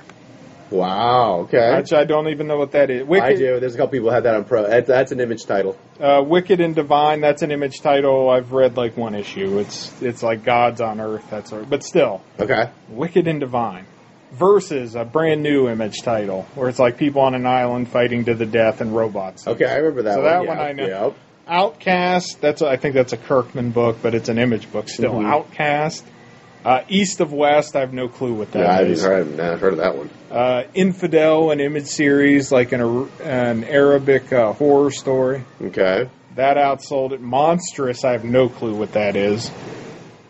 B: Wow. Okay.
A: which I don't even know what that is. Wicked,
B: I do. There's a couple people had that on pro. That's, that's an image title.
A: Uh, Wicked and Divine. That's an image title. I've read like one issue. It's it's like gods on Earth. That's sort of- but still
B: Okay.
A: Wicked and Divine. Versus a brand new image title where it's like people on an island fighting to the death and robots.
B: Okay. I remember that.
A: So
B: one.
A: that
B: yeah.
A: one I know.
B: Yep.
A: Outcast. That's a, I think that's a Kirkman book, but it's an image book still.
B: Mhm.
A: Outcast. Uh, East of West. I have no clue what that
B: Yeah, I haven't
A: is.
B: heard, I haven't- I haven't heard of that one.
A: Uh, Infidel, an image series like an Ar- an Arabic uh, horror story.
B: Okay.
A: That outsold it. Monstrous. I have no clue what that is.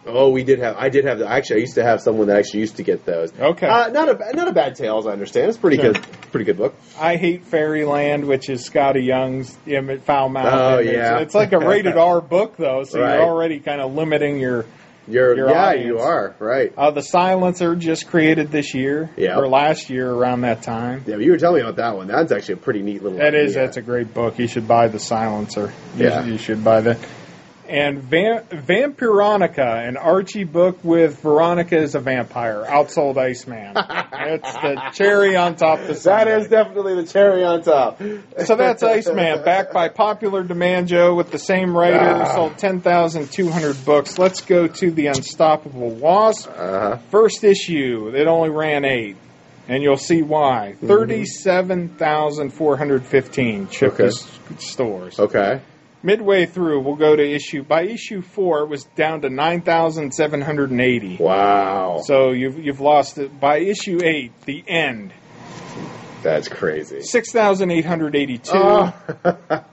B: Oh, we did have. I did have. Actually, I used to have someone that actually used to get those.
A: Okay.
B: Uh, not a ba- not a bad tales. I understand. It's pretty
A: Sure.
B: good. Pretty good book.
A: I hate Fairyland, which is Scotty Young's image, foul mouth.
B: Oh,
A: image.
B: yeah.
A: It's like a rated
B: (laughs)
A: R book though, so
B: Right.
A: you're already kind of limiting your.
B: You're,
A: Your
B: yeah,
A: audience.
B: you are right.
A: Uh, the Silencer just created this year
B: Yeah.
A: or last year around that time.
B: Yeah, you were telling me about that one. That's actually a pretty neat little.
A: That is,
B: idea.
A: that's a great book. You should buy The Silencer. You,
B: Yeah.
A: you should buy that. And Vam- Vampironica, an Archie book with Veronica as a vampire, outsold
B: (laughs)
A: Iceman. That's the cherry on top of the
B: That
A: sundae.
B: is definitely the cherry on top.
A: So that's Iceman, backed by popular demand, Joe, with the same writer,
B: Ah.
A: sold 10,200 books. Let's go to The Unstoppable Wasp.
B: Uh-huh.
A: First issue, it only ran eight, and you'll see why.
B: Mm-hmm.
A: 37,415 shipped
B: Okay.
A: to s- stores.
B: Okay.
A: Midway through, we'll go to issue. By issue four, it was down to 9,780.
B: Wow.
A: So you've, you've lost it. By issue eight, the end,
B: that's crazy.
A: 6,882.
B: Oh. (laughs)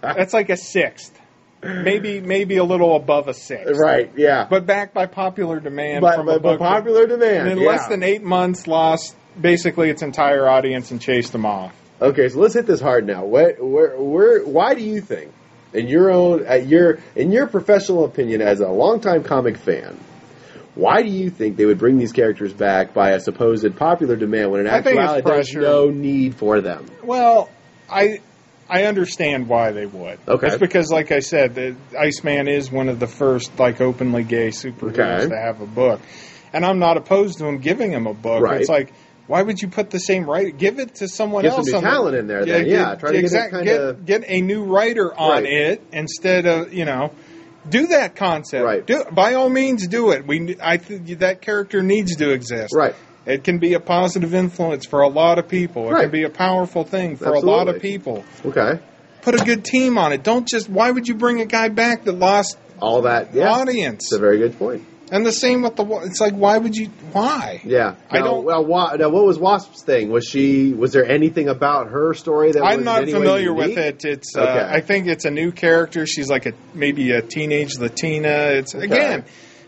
A: That's like a sixth. Maybe maybe a little above a sixth.
B: right. Yeah.
A: But backed by popular demand
B: but,
A: from
B: but,
A: a book
B: but popular
A: that
B: demand.
A: in
B: yeah.
A: less than eight months lost basically its entire audience and chased them off.
B: Okay, so let's hit this hard now. What, where, where, why do you think, in your own, at your, in your professional opinion, as a longtime comic fan, why do you think they would bring these characters back by a supposed popular demand when in
A: I think it's
B: actuality there's
A: pressure.
B: no need for them?
A: Well, I I understand why they would.
B: Okay.
A: It's because, like I said, the Iceman is one of the first like openly gay superheroes
B: Okay.
A: to have a book, and I'm not opposed to him giving him a book.
B: Right.
A: It's like. Why would you put the same right? Give it to someone
B: Get some
A: else.
B: new
A: on the-
B: talent in there then, yeah. Try to get it
A: exact-
B: kinda-
A: get, get a new writer on
B: Right.
A: it instead of you know, do that concept.
B: Right.
A: Do by all means do it. We I th- that character needs to exist.
B: Right.
A: It can be a positive influence for a lot of people. It
B: Right.
A: can be a powerful thing for a lot
B: Absolutely.
A: of people.
B: Okay.
A: Put a good team on it. Don't just why would you bring a guy back that lost
B: All that. Yeah.
A: audience?
B: It's a very good point.
A: and the same with the wa- it's like why would you why?
B: Yeah.
A: I
B: Now,
A: don't-
B: Well, wa- now, what was Wasp's thing? Was she? Was there anything about her story that
A: I'm
B: was
A: not
B: in any way
A: familiar with
B: unique?
A: it. It's
B: Okay.
A: uh, I think it's a new character. She's like a maybe a teenage Latina. It's again,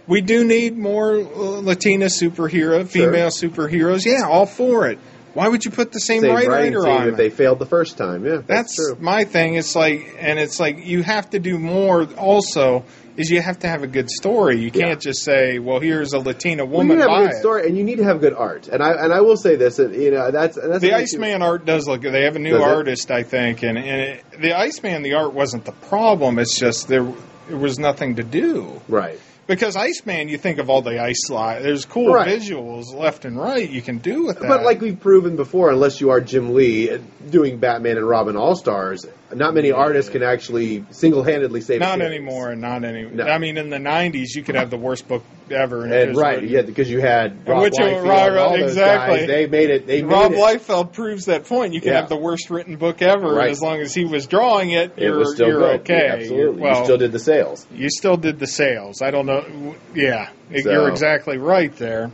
A: we do need more uh, Latina superhero,
B: Sure.
A: female superheroes. Yeah, all for it. Why would you put the same,
B: Same
A: right
B: writing
A: writer
B: team
A: on?
B: if they failed the first time. Yeah,
A: That's,
B: true.
A: my thing. It's like, and it's like you have to do more. Also, is you have to have a good story. You
B: Yeah.
A: can't just say, "Well, here's a Latina
B: Well,
A: woman."
B: you have
A: buy
B: a good
A: it.
B: story, and you need to have good art. And I and I will say this, and, you know, that's and that's
A: The
B: an issue-
A: Iceman art does look. They have a new
B: Does it?
A: artist, I think, and, and it, the Iceman, the art wasn't the problem. It's just there, there was nothing to do
B: right?
A: because Iceman. You think of all the ice slide. There's cool
B: Right.
A: visuals left and right you can do with that.
B: But like we've proven before, unless you are Jim Lee uh, doing Batman and Robin All Stars, not many artists can actually single handedly save. a
A: not
B: series.
A: anymore, not any.
B: No.
A: I mean, in the '90s, you could have the worst book ever, it
B: And
A: was
B: right,
A: written.
B: yeah, because you had Rob
A: Which you-
B: Liefeld,
A: right, right,
B: all those
A: exactly.
B: guys, they made it. They made
A: Rob
B: it.
A: Liefeld proves that point. You can
B: Yeah.
A: have the worst written book ever,
B: Right.
A: and as long as he was drawing it,
B: It
A: you're,
B: was still
A: you're
B: good.
A: okay.
B: Absolutely,
A: Well,
B: you still did the sales.
A: you still did the sales. I don't know. Yeah,
B: So-
A: you're exactly right there.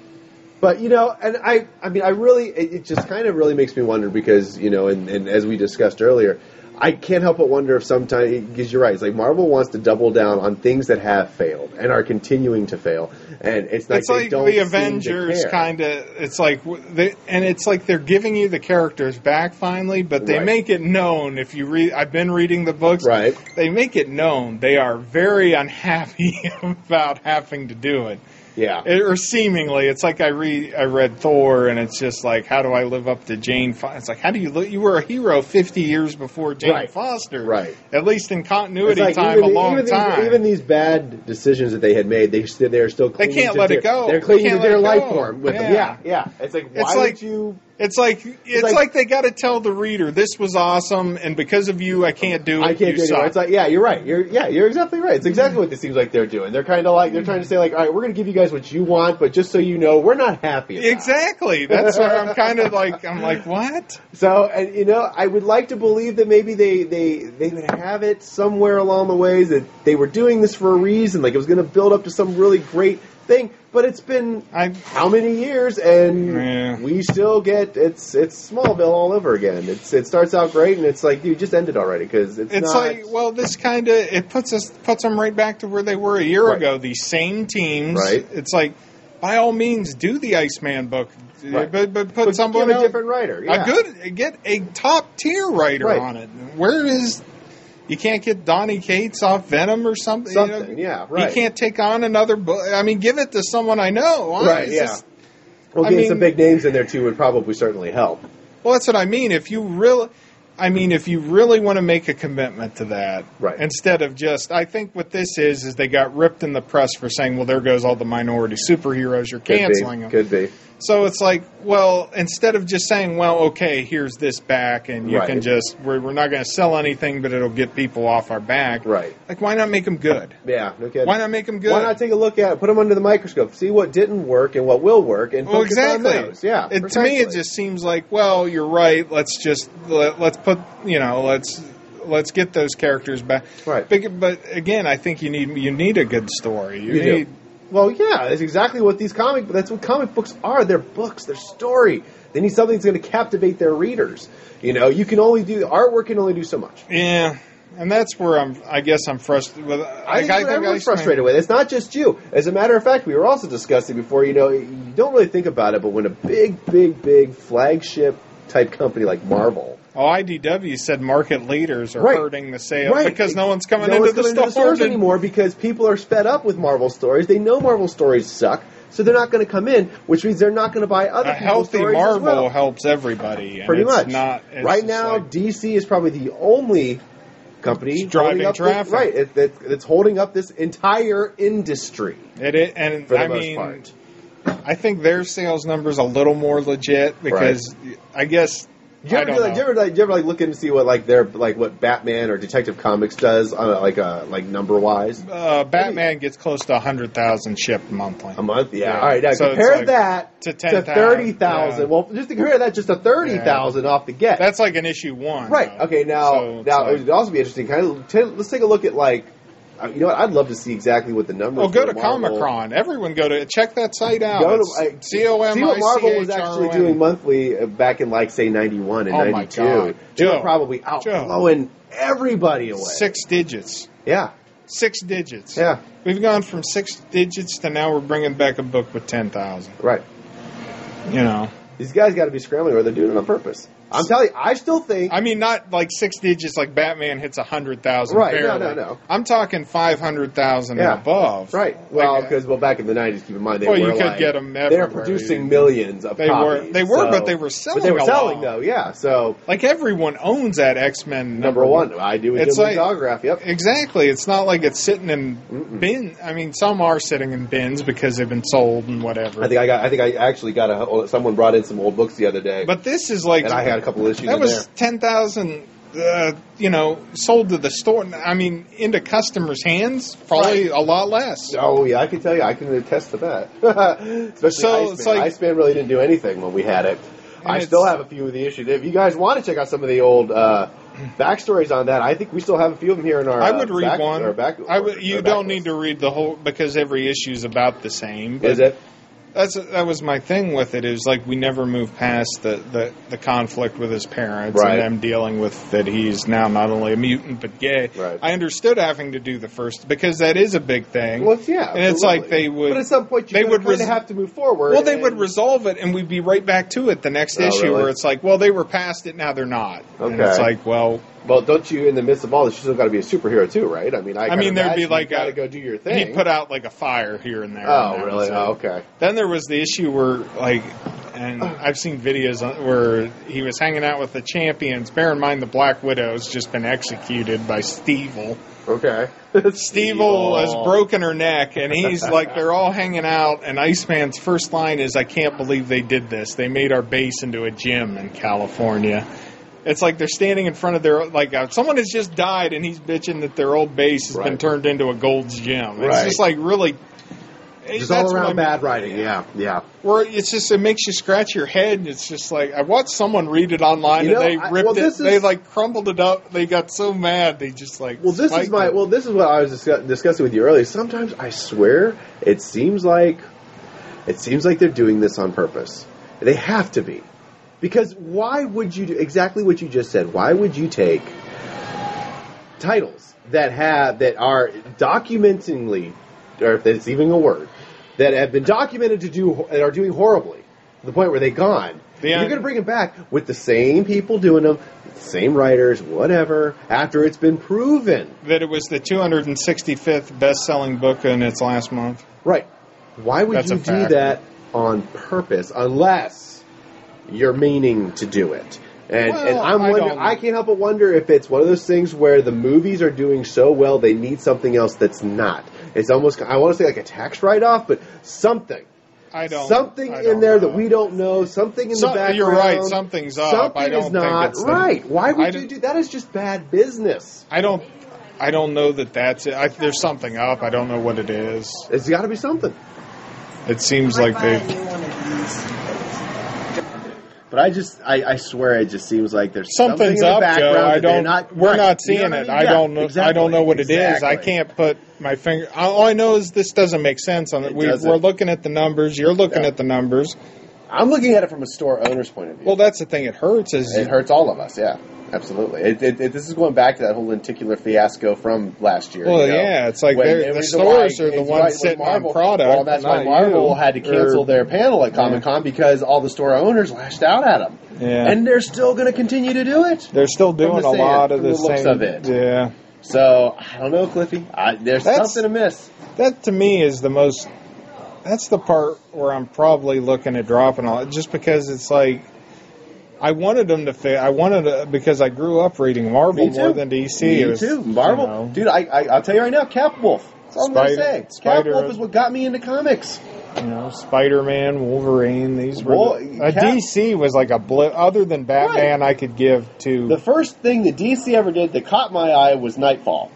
B: But you know, and I, I mean, I really, it, it just kind of really makes me wonder because you know, and, and as we discussed earlier, I can't help but wonder if sometimes because you're right, it's like Marvel wants to double down on things that have failed and are continuing to fail, and it's like
A: it's
B: they
A: like
B: don't
A: the
B: seem to
A: Avengers
B: care.
A: kind of. It's like w- they, and it's like they're giving you the characters back finally, but they
B: Right.
A: make it known. If you read, I've been reading the books.
B: Right.
A: They make it known they are very unhappy (laughs) about having to do it.
B: yeah,
A: It, or seemingly, it's like I read I read Thor, and it's just like, how do I live up to Jane? Fo- it's like, how do you look? You were a hero fifty years before Jane
B: Right.
A: Foster,
B: Right.
A: At least in
B: It's
A: continuity
B: like
A: time,
B: even,
A: a long
B: even
A: time.
B: These, even these bad decisions that they had made, they st- they are still clinging
A: can't
B: to
A: let
B: their,
A: it go.
B: They're
A: They
B: clinging to
A: can't
B: their
A: let it
B: life
A: go.
B: form with them. Yeah,
A: Yeah.
B: yeah. It's like why
A: It's like-
B: would you?
A: It's like it's,
B: like-
A: like, they got to tell the reader this was awesome, and because of you, I can't do it.
B: I can't
A: you
B: do it. anymore.
A: suck.
B: It's like, yeah, you're right. You're yeah, you're exactly right. It's exactly what it seems like they're doing. They're kind of like they're trying to say like, all right, we're going to give you guys what you want, but just so you know, we're not happy. About it."
A: exactly. That's where I'm kind of like I'm like what?
B: So, and you know, I would like to believe that maybe they they they would have it somewhere along the ways that they were doing this for a reason. Like it was going to build up to some really great thing, but it's been
A: I
B: how many years and
A: Yeah.
B: we still get it's it's Smallville all over again. It's it starts out great and it's like dude, just end it already because it's,
A: it's
B: not,
A: like well this kind of it puts us puts them right back to where they were a year
B: Right.
A: ago these same teams
B: Right.
A: it's like by all means do the iceman book
B: Right.
A: but, but put
B: but
A: someone
B: give a
A: else-
B: different writer. Yeah.
A: a good get a top tier writer
B: Right.
A: on it where is you can't get donnie cates off venom or something you know?
B: something. yeah, right.
A: you can't take on another book i mean give it to someone i know Why
B: Right,
A: is
B: yeah.
A: this-
B: Well,
A: I
B: getting
A: mean-
B: some big names in there too would probably certainly help.
A: Well, that's what I mean. If you really, I mean, if you really want to make a commitment to that,
B: Right.
A: Instead of just, I think what this is is they got ripped in the press for saying, "Well, there goes all the minority superheroes. You're
B: Could
A: canceling
B: be.
A: them."
B: Could be.
A: So it's like, well, instead of just saying, "Well, okay, here's this back," and you
B: Right.
A: can just, we're, we're not going to sell anything, but it'll get people off our back.
B: Right.
A: Like, why not make them good?
B: Yeah. No kidding.
A: Why not make them good?
B: Why not take a look at it, put them under the microscope, see what didn't work and what will work, and
A: Well,
B: focus
A: Oh, exactly.
B: on those. Yeah.
A: It, to me, it
B: precisely.
A: just seems like, well, you're right. Let's just let, let's put you know let's let's get those characters back.
B: Right.
A: But, but again, I think you need you need a good story. You,
B: You do.
A: need
B: Well, yeah, that's exactly what these comic. That's what comic books are. They're books. They're story. They need something that's going to captivate their readers. You know, you can only do artwork can only do so much.
A: yeah. And that's where I'm. I guess I'm frustrated. With,
B: I
A: like,
B: think that's what everyone's
A: Ice Man-
B: frustrated with. It's not just you. As a matter of fact, we were also discussing before. You know, you don't really think about it, but when a big, big, big flagship type company like Marvel.
A: Oh, IDW said market leaders are
B: Right.
A: hurting the sales because no one's coming into,
B: one's
A: the
B: coming
A: store
B: stores anymore because people are fed up with Marvel stories. They know Marvel stories suck, so they're not going to come in, which means they're not going to buy other
A: A
B: people's
A: healthy
B: stories as
A: Marvel
B: well.
A: helps everybody. and
B: Pretty
A: it's
B: much.
A: Not, it's
B: right
A: just
B: now,
A: like-
B: DC is probably the only company
A: It's driving
B: holding up
A: traffic.
B: This, right, it, it, it's holding up this entire industry
A: it, i- and
B: for the
A: I
B: most
A: mean,
B: part.
A: I think their sales numbers a little more legit because I guess
B: Do you
A: I
B: ever,
A: don't
B: do, like, do you
A: know.
B: ever like, do you ever like look in to see what like their like what Batman or Detective Comics does on a- like uh, like number wise
A: Uh, Batman gets close to hundred thousand shipped monthly.
B: a month? Yeah.
A: Yeah.
B: All right. Now
A: So it's
B: compare
A: like
B: that
A: to
B: to,
A: 10,000,
B: thirty thousand.
A: yeah.
B: Well, just to compare that just to thirty thousand off the get.
A: That's like an issue one,
B: right.
A: though.
B: Okay. Now
A: So it's
B: now
A: like-
B: it would also be interesting. Kind of t- let's take a look at like uh, you know what I'd love to see exactly what the numbers.
A: Well, go to
B: for
A: Comic
B: Marvel-
A: Con. Everyone go to check that site out.
B: Go to,
A: It's
B: I-
A: C-O-M-I-C-H-R-O-N.
B: See what Marvel was actually doing monthly uh, back in like say ninety one and
A: Oh my
B: ninety two.
A: God.
B: They were
A: Joe.
B: probably outblowing everybody away.
A: six digits.
B: Yeah.
A: Six digits.
B: Yeah.
A: We've gone from six digits to now we're bringing back a book with 10,000.
B: Right.
A: You know?
B: These guys got to be scrambling, or they're doing it on purpose. I'm telling you, I still think.
A: I mean, not like six digits like Batman hits 100,000
B: Right, no,
A: barely.
B: no, no.
A: I'm talking 500,000
B: Yeah.
A: and above.
B: right.
A: Like,
B: Well,
A: uh,
B: because well, back in the '90s, keep in mind they
A: Well,
B: were
A: you could
B: like,
A: get 'em
B: They were
A: everywhere.
B: producing millions of
A: They were-
B: copies.
A: they were,
B: so-
A: but they were
B: But they
A: selling
B: were
A: a
B: selling
A: lot.
B: though, yeah. So
A: Like everyone owns that X-Men
B: number one, I do with
A: It's
B: Jim Lee's
A: like-
B: autograph. Yep.
A: Exactly. It's not like it's sitting in
B: Mm-mm.
A: bin. I mean, some are sitting in bins because they've been sold and whatever.
B: I think I got. I think I actually got a. Someone brought in some old books the other day,
A: but this is like
B: and I had a couple issues.
A: that
B: in
A: was
B: there.
A: ten thousand. Uh, you know, sold to the store. I mean, into customers' hands, probably a lot less.
B: Oh yeah, I can tell you, I can attest to that. (laughs) Especially
A: So,
B: Iceman.
A: it's like-
B: Iceman really didn't do anything when we had it.
A: And
B: I
A: it's-
B: still have a few of the issues. If you guys want to check out some of the old uh, (clears throat) backstories on that, I think we still have a few of them here in our.
A: I would
B: uh,
A: read
B: back-
A: one.
B: Our back,
A: I would.
B: our
A: You
B: back
A: don't need
B: list.
A: to read the whole because every issue is about the same. but
B: Is it?
A: That's that was my thing with it. Is like we never move past the the, the conflict with his parents
B: Right.
A: and them dealing with that he's now not only a mutant but gay.
B: Right.
A: I understood having to do the first because that is a big thing.
B: Well, it's- yeah,
A: And it's
B: absolutely.
A: like they would-
B: But at some point,
A: they
B: you
A: would
B: would
A: res-
B: have to move forward.
A: Well, they
B: and-
A: would resolve it, and we'd be right back to it the next
B: Oh,
A: issue,
B: really?
A: where it's like, well, they were past it, now they're not. And
B: Okay.
A: it's like, well,
B: Well, don't you? In the midst of all this, you still got to be a superhero too, right? I mean, I.
A: I mean, there'd be like
B: got
A: a-
B: to go do your thing.
A: he put out like a fire here and there. (laughs) and
B: oh
A: that
B: really?
A: was it.
B: Oh, okay.
A: Then there was the issue where like, and I've seen videos on- where he was hanging out with the champions. Bear in mind, the Black Widow's just been executed by Stevel.
B: Okay. (laughs)
A: Stevel has
B: Stevel.
A: broken her neck, and he's
B: (laughs)
A: like, they're all hanging out, and Iceman's first line is, I can't believe they did this. They made our base into a gym in California. It's like they're standing in front of their, like, uh, someone has just died, and he's bitching that their old base has been
B: Right.
A: turned into a gold's gym. It's
B: Right.
A: just like really. that's
B: Just all
A: what
B: around
A: I'm-
B: bad writing. Yeah, yeah.
A: Where it's just, it makes you scratch your head, and it's just like, I watched someone read it online,
B: You know,
A: and they
B: I-
A: ripped
B: well,
A: it.
B: this
A: they,
B: is-
A: like, crumbled it up. They got so mad, they just, like,
B: Well, this is
A: spiked
B: my.
A: it.
B: Well, this is what I was discuss- discussing with you earlier. Sometimes I swear it seems like it seems like they're doing this on purpose. They have to be, because why would you do exactly what you just said? Why would you take titles that have that are documentingly, or if it's even a word, that have been documented to do that are doing horribly to the point where they're gone.
A: Yeah.
B: You're going to bring it back with the same people doing them, same writers, whatever. After it's been proven,
A: that it was the 265th best-selling book in its last month.
B: right? Why would
A: That's
B: you
A: a
B: do
A: fact.
B: that on purpose unless you're meaning to do it? And, and
A: Well,
B: I'm
A: I
B: wonder,
A: don't-
B: I can't help but wonder if it's one of those things where the movies are doing so well they need something else that's not. It's almost I want to say like a tax write off, but something.
A: I don't
B: something
A: I
B: in
A: don't
B: there
A: know.
B: that we don't know. Something in
A: So-
B: the background.
A: You're right. Something's up.
B: Something
A: I don't
B: is
A: think
B: not
A: it's the-
B: right. Why
A: I
B: would you
A: don't-
B: do that? Is just bad business.
A: I don't. I don't know that that's it. I, there's something up. I don't know what it is.
B: It's got to be something.
A: It seems like
C: I
A: they.
C: buy a new one of these.
B: But I just, I, I swear, it just seems like there's something in
A: Something's
B: the
A: up,
B: background.
A: Joe. I
B: that they're
A: don't.
B: Not,
A: we're
B: right.
A: not
B: You know
A: seeing
B: what I
A: it.
B: mean?
A: I
B: Yeah,
A: don't know. I don't
B: exactly,
A: know what it is. I
B: exactly.
A: can't put my finger. All I know is this doesn't make sense. On it.
B: It
A: We,
B: doesn't.
A: we're looking at the numbers. You're looking
B: Yeah.
A: at the numbers.
B: I'm looking at it from a store owner's point of view.
A: Well, that's the thing. It hurts is
B: it hurts all of us. Yeah, absolutely. It, it, it, this is going back to that whole lenticular fiasco from last year.
A: Well,
B: you know,
A: yeah, it's like
B: when
A: they're- the
B: reason
A: stores are the
B: it's
A: ones
B: when
A: sitting on
B: Marvel,
A: product,
B: Well, that's why
A: not
B: Marvel
A: you.
B: had to cancel their panel at Comic Con because all the store owners lashed out at them,
A: Yeah.
B: and they're still going to continue to do it.
A: they're still
B: the
A: doing a
B: sand,
A: lot of
B: from the
A: the
B: looks
A: same.
B: of it.
A: Yeah,
B: So I don't know, Cliffy. I, there's
A: That's-
B: something amiss.
A: that to me is the most. That's the part where I'm probably looking at dropping all, just because it's like. I wanted them to fit. I wanted to, because I grew up reading Marvel
B: Me too.
A: more than DC.
B: Me
A: It was,
B: too.
A: you
B: Marvel,
A: know.
B: dude. I, I I'll tell you right now, Cap Wolf. That's all I'm
A: Spider-
B: gonna say.
A: Spider-
B: Cap Wolf is what got me into comics.
A: you know, Spider Man, Wolverine. These were
B: Well,
A: the, uh,
B: Cap-
A: DC was like a blip. Other than Batman, I could give to
B: The first thing that DC ever did that caught my eye was Nightfall.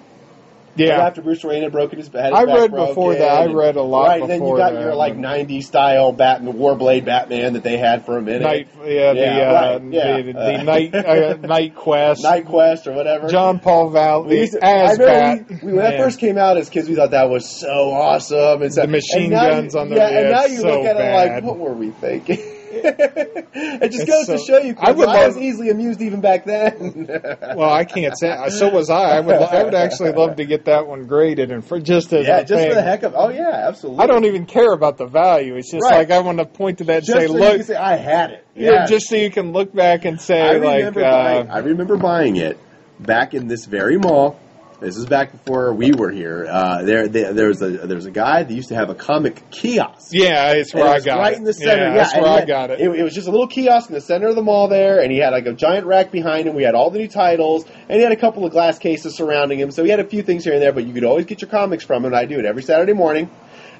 B: Right
A: yeah.
B: After Bruce Wayne had broken his head, his
A: I
B: back
A: read
B: broken,
A: before that. I
B: and-
A: read a lot
B: Right, and then you
A: before
B: got
A: that.
B: your like '90s style Batman, Warblade Batman that they had for a minute,
A: Night, yeah, the,
B: Yeah,
A: uh,
B: right, yeah.
A: the,
B: Uh,
A: the
B: (laughs)
A: night, uh, night quest.
B: Night Quest or whatever.
A: John Paul
B: We
A: Valley
B: used to- I
A: as
B: remember
A: Bat.
B: we, we- when that
A: Yeah.
B: first came out as kids, we thought that was so awesome. And so,
A: The machine
B: and now
A: guns
B: you,
A: on the-
B: yeah, and
A: yeah,
B: now
A: it's
B: you
A: so
B: look at it
A: bad.
B: like, what were we thinking? (laughs) it just
A: It's
B: goes to
A: so-
B: show you,
A: I
B: I,
A: would
B: I was
A: love-
B: easily amused even back then. (laughs)
A: well, I can't say. So was I. I would. I would actually love to get that one graded and for just as
B: yeah,
A: a
B: just
A: thing.
B: for the heck of oh yeah, absolutely.
A: I don't even care about the value. It's just
B: Right.
A: like I want to point to that and
B: just
A: say,
B: so you
A: "Look,
B: can say, I had it.
A: yeah,
B: Yes.
A: just so you can look back and say,
B: I
A: like,
B: remember buying,
A: uh,
B: I remember buying it back in this very mall. This is back before we were here. Uh, there, there, there was a there was a guy that used to have a comic kiosk.
A: yeah, it's
B: And
A: where
B: it
A: I
B: was
A: got
B: right
A: it.
B: in the center.
A: Yeah,
B: Yeah,
A: that's
B: and
A: where
B: he
A: I
B: had-
A: got it.
B: it. was just a little kiosk in the center of the mall there, and he had like a giant rack behind him. We had all the new titles, and he had a couple of glass cases surrounding him. So he had a few things here and there, but you could always get your comics from him. And I do it every Saturday morning,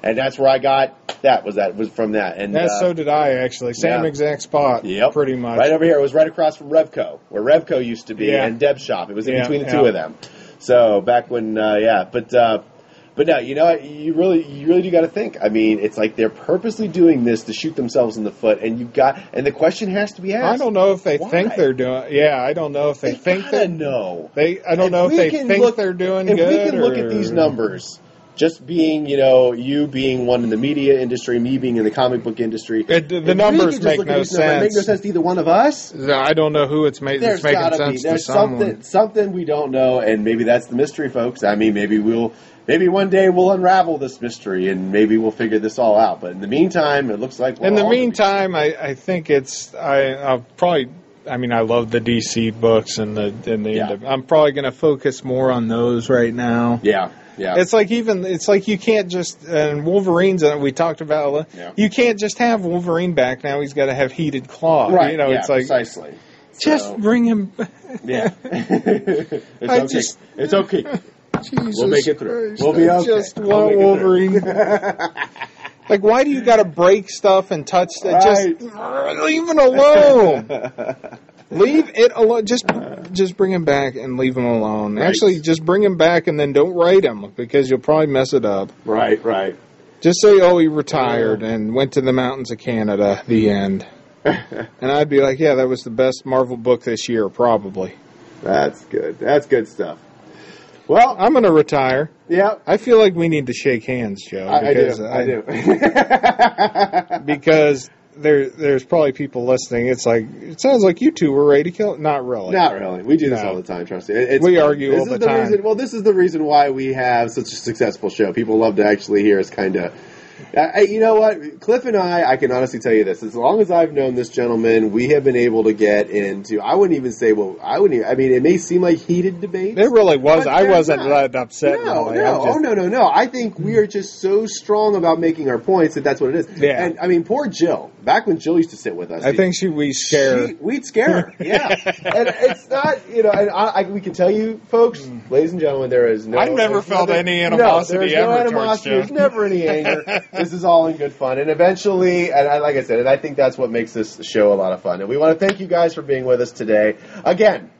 B: and that's where I got that. Was that was from that? And
A: That's
B: uh,
A: so did I actually. Same
B: yeah.
A: exact spot.
B: Yep.
A: pretty much.
B: Right over here. It was right across from Revco, where Revco used to be,
A: Yeah.
B: and Deb's shop. It was in
A: Yeah,
B: between the
A: yeah.
B: two of them. So back when, uh, yeah, but uh, but no, you know, what? you really, you really do got to think. I mean, it's like they're purposely doing this to shoot themselves in the foot, and you got, and the question has to be asked.
A: I don't know if they
B: Why?
A: think they're doing. Yeah, I don't know if they,
B: They
A: think
B: gotta
A: that
B: know.
A: they. I don't
B: If
A: know if
B: we
A: they
B: can
A: think
B: look-
A: they're doing
B: If
A: good.
B: we can look at
A: or-
B: these numbers, just being, you know, you being one in the media industry, me being in the comic book industry,
A: It- the
B: if we could
A: numbers
B: just
A: make
B: look at
A: no
B: these numbers, it make no
A: sense.
B: sense to either one of us.
A: I don't know who it's, ma-
B: There's
A: it's making
B: gotta
A: sense
B: be.
A: to
B: There's
A: someone.
B: something something we don't know, and maybe that's the mystery, folks. I mean, maybe we'll maybe one day we'll unravel this mystery, and maybe we'll figure this all out. But in the meantime, it looks like we're
A: In the
B: all gonna be-
A: meantime, I, I think it's I I'll probably. I mean, I love the DC books and the and the.
B: Yeah.
A: I'm probably going to focus more on those right now.
B: yeah, yeah,
A: It's like even it's like you can't just and Wolverine's and we talked about a lot-
B: Yeah.
A: you can't just have Wolverine back now. He's got to have heated claw.
B: right.
A: You know,
B: yeah, uh,
A: it's like
B: precisely.
A: just
B: So,
A: bring him. (laughs) back.
B: yeah. (laughs) it's
A: I
B: okay.
A: just-
B: it's okay.
A: Jesus
B: We'll make it through.
A: Christ.
B: We'll be
A: I
B: okay.
A: Just
B: We'll
A: want
B: make it through.
A: Wolverine.
B: (laughs)
A: like, why do you got to break stuff and touch that? Just leave it alone. leave it alone. Just, just bring him back and leave him alone.
B: Right.
A: Actually, just bring him back and then don't write him because you'll probably mess it up.
B: Right, right.
A: Just say, oh, he retired and went to the mountains of Canada. The
B: (laughs)
A: end. and I'd be like, yeah, that was the best Marvel book this year, probably.
B: That's good. That's good stuff. Well,
A: I'm gonna retire.
B: yeah,
A: I feel like we need to shake hands, Joe.
B: I, I
A: because
B: do. I, do. (laughs)
A: because there there's probably people listening. It's like it sounds like you two were ready to kill. Not really.
B: Not really. We do this
A: No.
B: all the time. Trust me. It- it's
A: We
B: fun.
A: argue
B: This
A: all
B: is
A: the
B: the
A: time.
B: Reason, well, this is the reason why we have such a successful show. People love to actually hear us. Kind of. you know what, Cliff and I, I can honestly tell you this. As long as I've known this gentleman, we have been able to get into. I wouldn't even say. Well, I wouldn't. Even, I mean, it may seem like heated debates.
A: It really was.
B: But
A: I
B: they're
A: wasn't
B: not.
A: that upset.
B: No,
A: really.
B: no,
A: I'm just-
B: oh no, no, no. I think we are just so strong about making our points that that's what it is.
A: Yeah.
B: And I mean, poor Jill. Back when Jill used to sit with us,
A: I think she we share.
B: she- we'd scare her. Yeah, (laughs) and it's not you know, and I, I, we can tell you, folks, ladies and gentlemen, there is no.
A: I've never
B: there's
A: felt any
B: no,
A: animosity
B: there's no
A: ever towards
B: animosity.
A: Joe.
B: There's never any anger.
A: (laughs)
B: this is all in good fun, and eventually, and I, like I said, and I think that's what makes this show a lot of fun. And we want to thank you guys for being with us today again.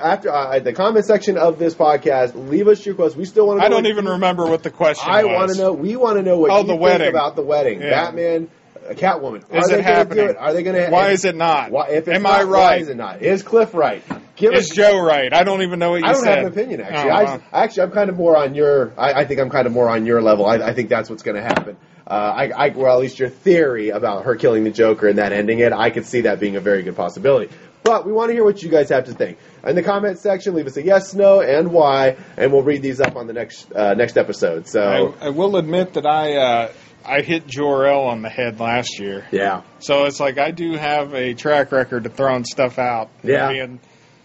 B: After uh, the comment section of this podcast, leave us your questions. We still want to.
A: I don't even remember what the question.
B: I
A: was.
B: want to know. We want to know what
A: Oh,
B: you
A: the
B: think
A: wedding.
B: about the wedding.
A: Yeah.
B: Batman, uh, Catwoman.
A: Is
B: Are they
A: it
B: gonna
A: happening?
B: Do it? Are they going to?
A: Why is it not?
B: Why, if it's
A: Am
B: not,
A: I
B: Why
A: right?
B: is it not? Is Cliff right? Give
A: Is
B: us.
A: Joe right? I don't even know what you
B: I don't
A: said.
B: have an opinion actually.
A: Oh,
B: I
A: wow.
B: just- actually I'm kind of more on your. I, I think I'm kind of more on your level. I, I think that's what's going to happen. Uh, I, I, well, at least your theory about her killing the Joker and that ending it, I could see that being a very good possibility. But we want to hear what you guys have to think. In the comment section, leave us a yes, no, and why, and we'll read these up on the next uh, next episode. So,
A: I, I will admit that I uh, I hit Jor El on the head last year,
B: yeah,
A: so it's like I do have a track record of throwing stuff out.
B: Yeah.
A: And-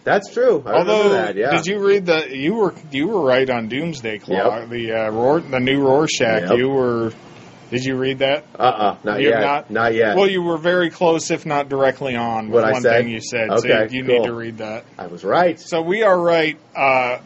B: that's true. I
A: although,
B: remember that, yeah.
A: did you read the you were you were right on Doomsday Clock,
B: Yep.
A: the uh, Roar, the new Rorschach.
B: Yep.
A: You were. Did you read that?
B: Uh-uh, not
A: You're
B: yet.
A: not-
B: Not, yet.
A: Well, you were very close, if not directly on, with
B: What I
A: one
B: said?
A: thing you said. so
B: Okay,
A: you
B: cool.
A: need to read that.
B: I was right.
A: So we are right. Uh,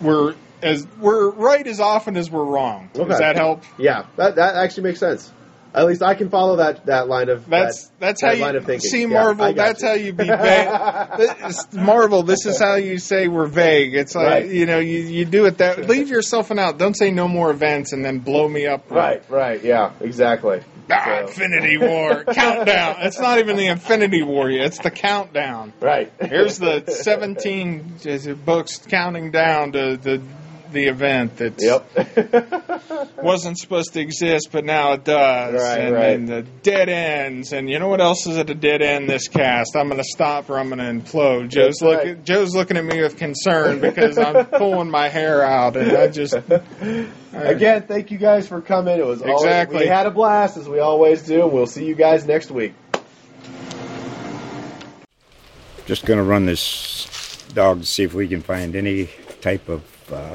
A: we're as we're right as often as we're wrong.
B: Okay.
A: Does that help?
B: Yeah, that that actually makes sense. At least I can follow that that line of
A: That's
B: that,
A: that's
B: that
A: how
B: line
A: you
B: of thinking.
A: see
B: Yeah,
A: Marvel.
B: I got
A: that's how you be
B: (laughs)
A: vague. This- Marvel. This is how you say we're vague. It's like
B: Right.
A: you know you, you do it that leave yourself an out. Don't say no more events and then blow me up. with,
B: Right, right, yeah, exactly.
A: "Ah,
B: So-
A: Infinity
B: (laughs)
A: War countdown. It's not even the Infinity War yet. It's the countdown.
B: Right.
A: Here's
B: (laughs)
A: the 17 is it books counting down to the the event that
B: Yep.
A: wasn't supposed to exist, but now it does.
B: Right,
A: and
B: right.
A: then the dead ends. And you know what else is at a dead end this cast? I'm going to stop or I'm going to implode. Joe's,
B: That's
A: look,
B: right.
A: Joe's looking at me with concern because
B: (laughs)
A: I'm pulling my hair out. And I just.
B: Again, thank you guys for coming. It was always-
A: Exactly.
B: we had a blast as we always do. We'll see you guys next week.
D: Just going to run this dog to see if we can find any type of uh,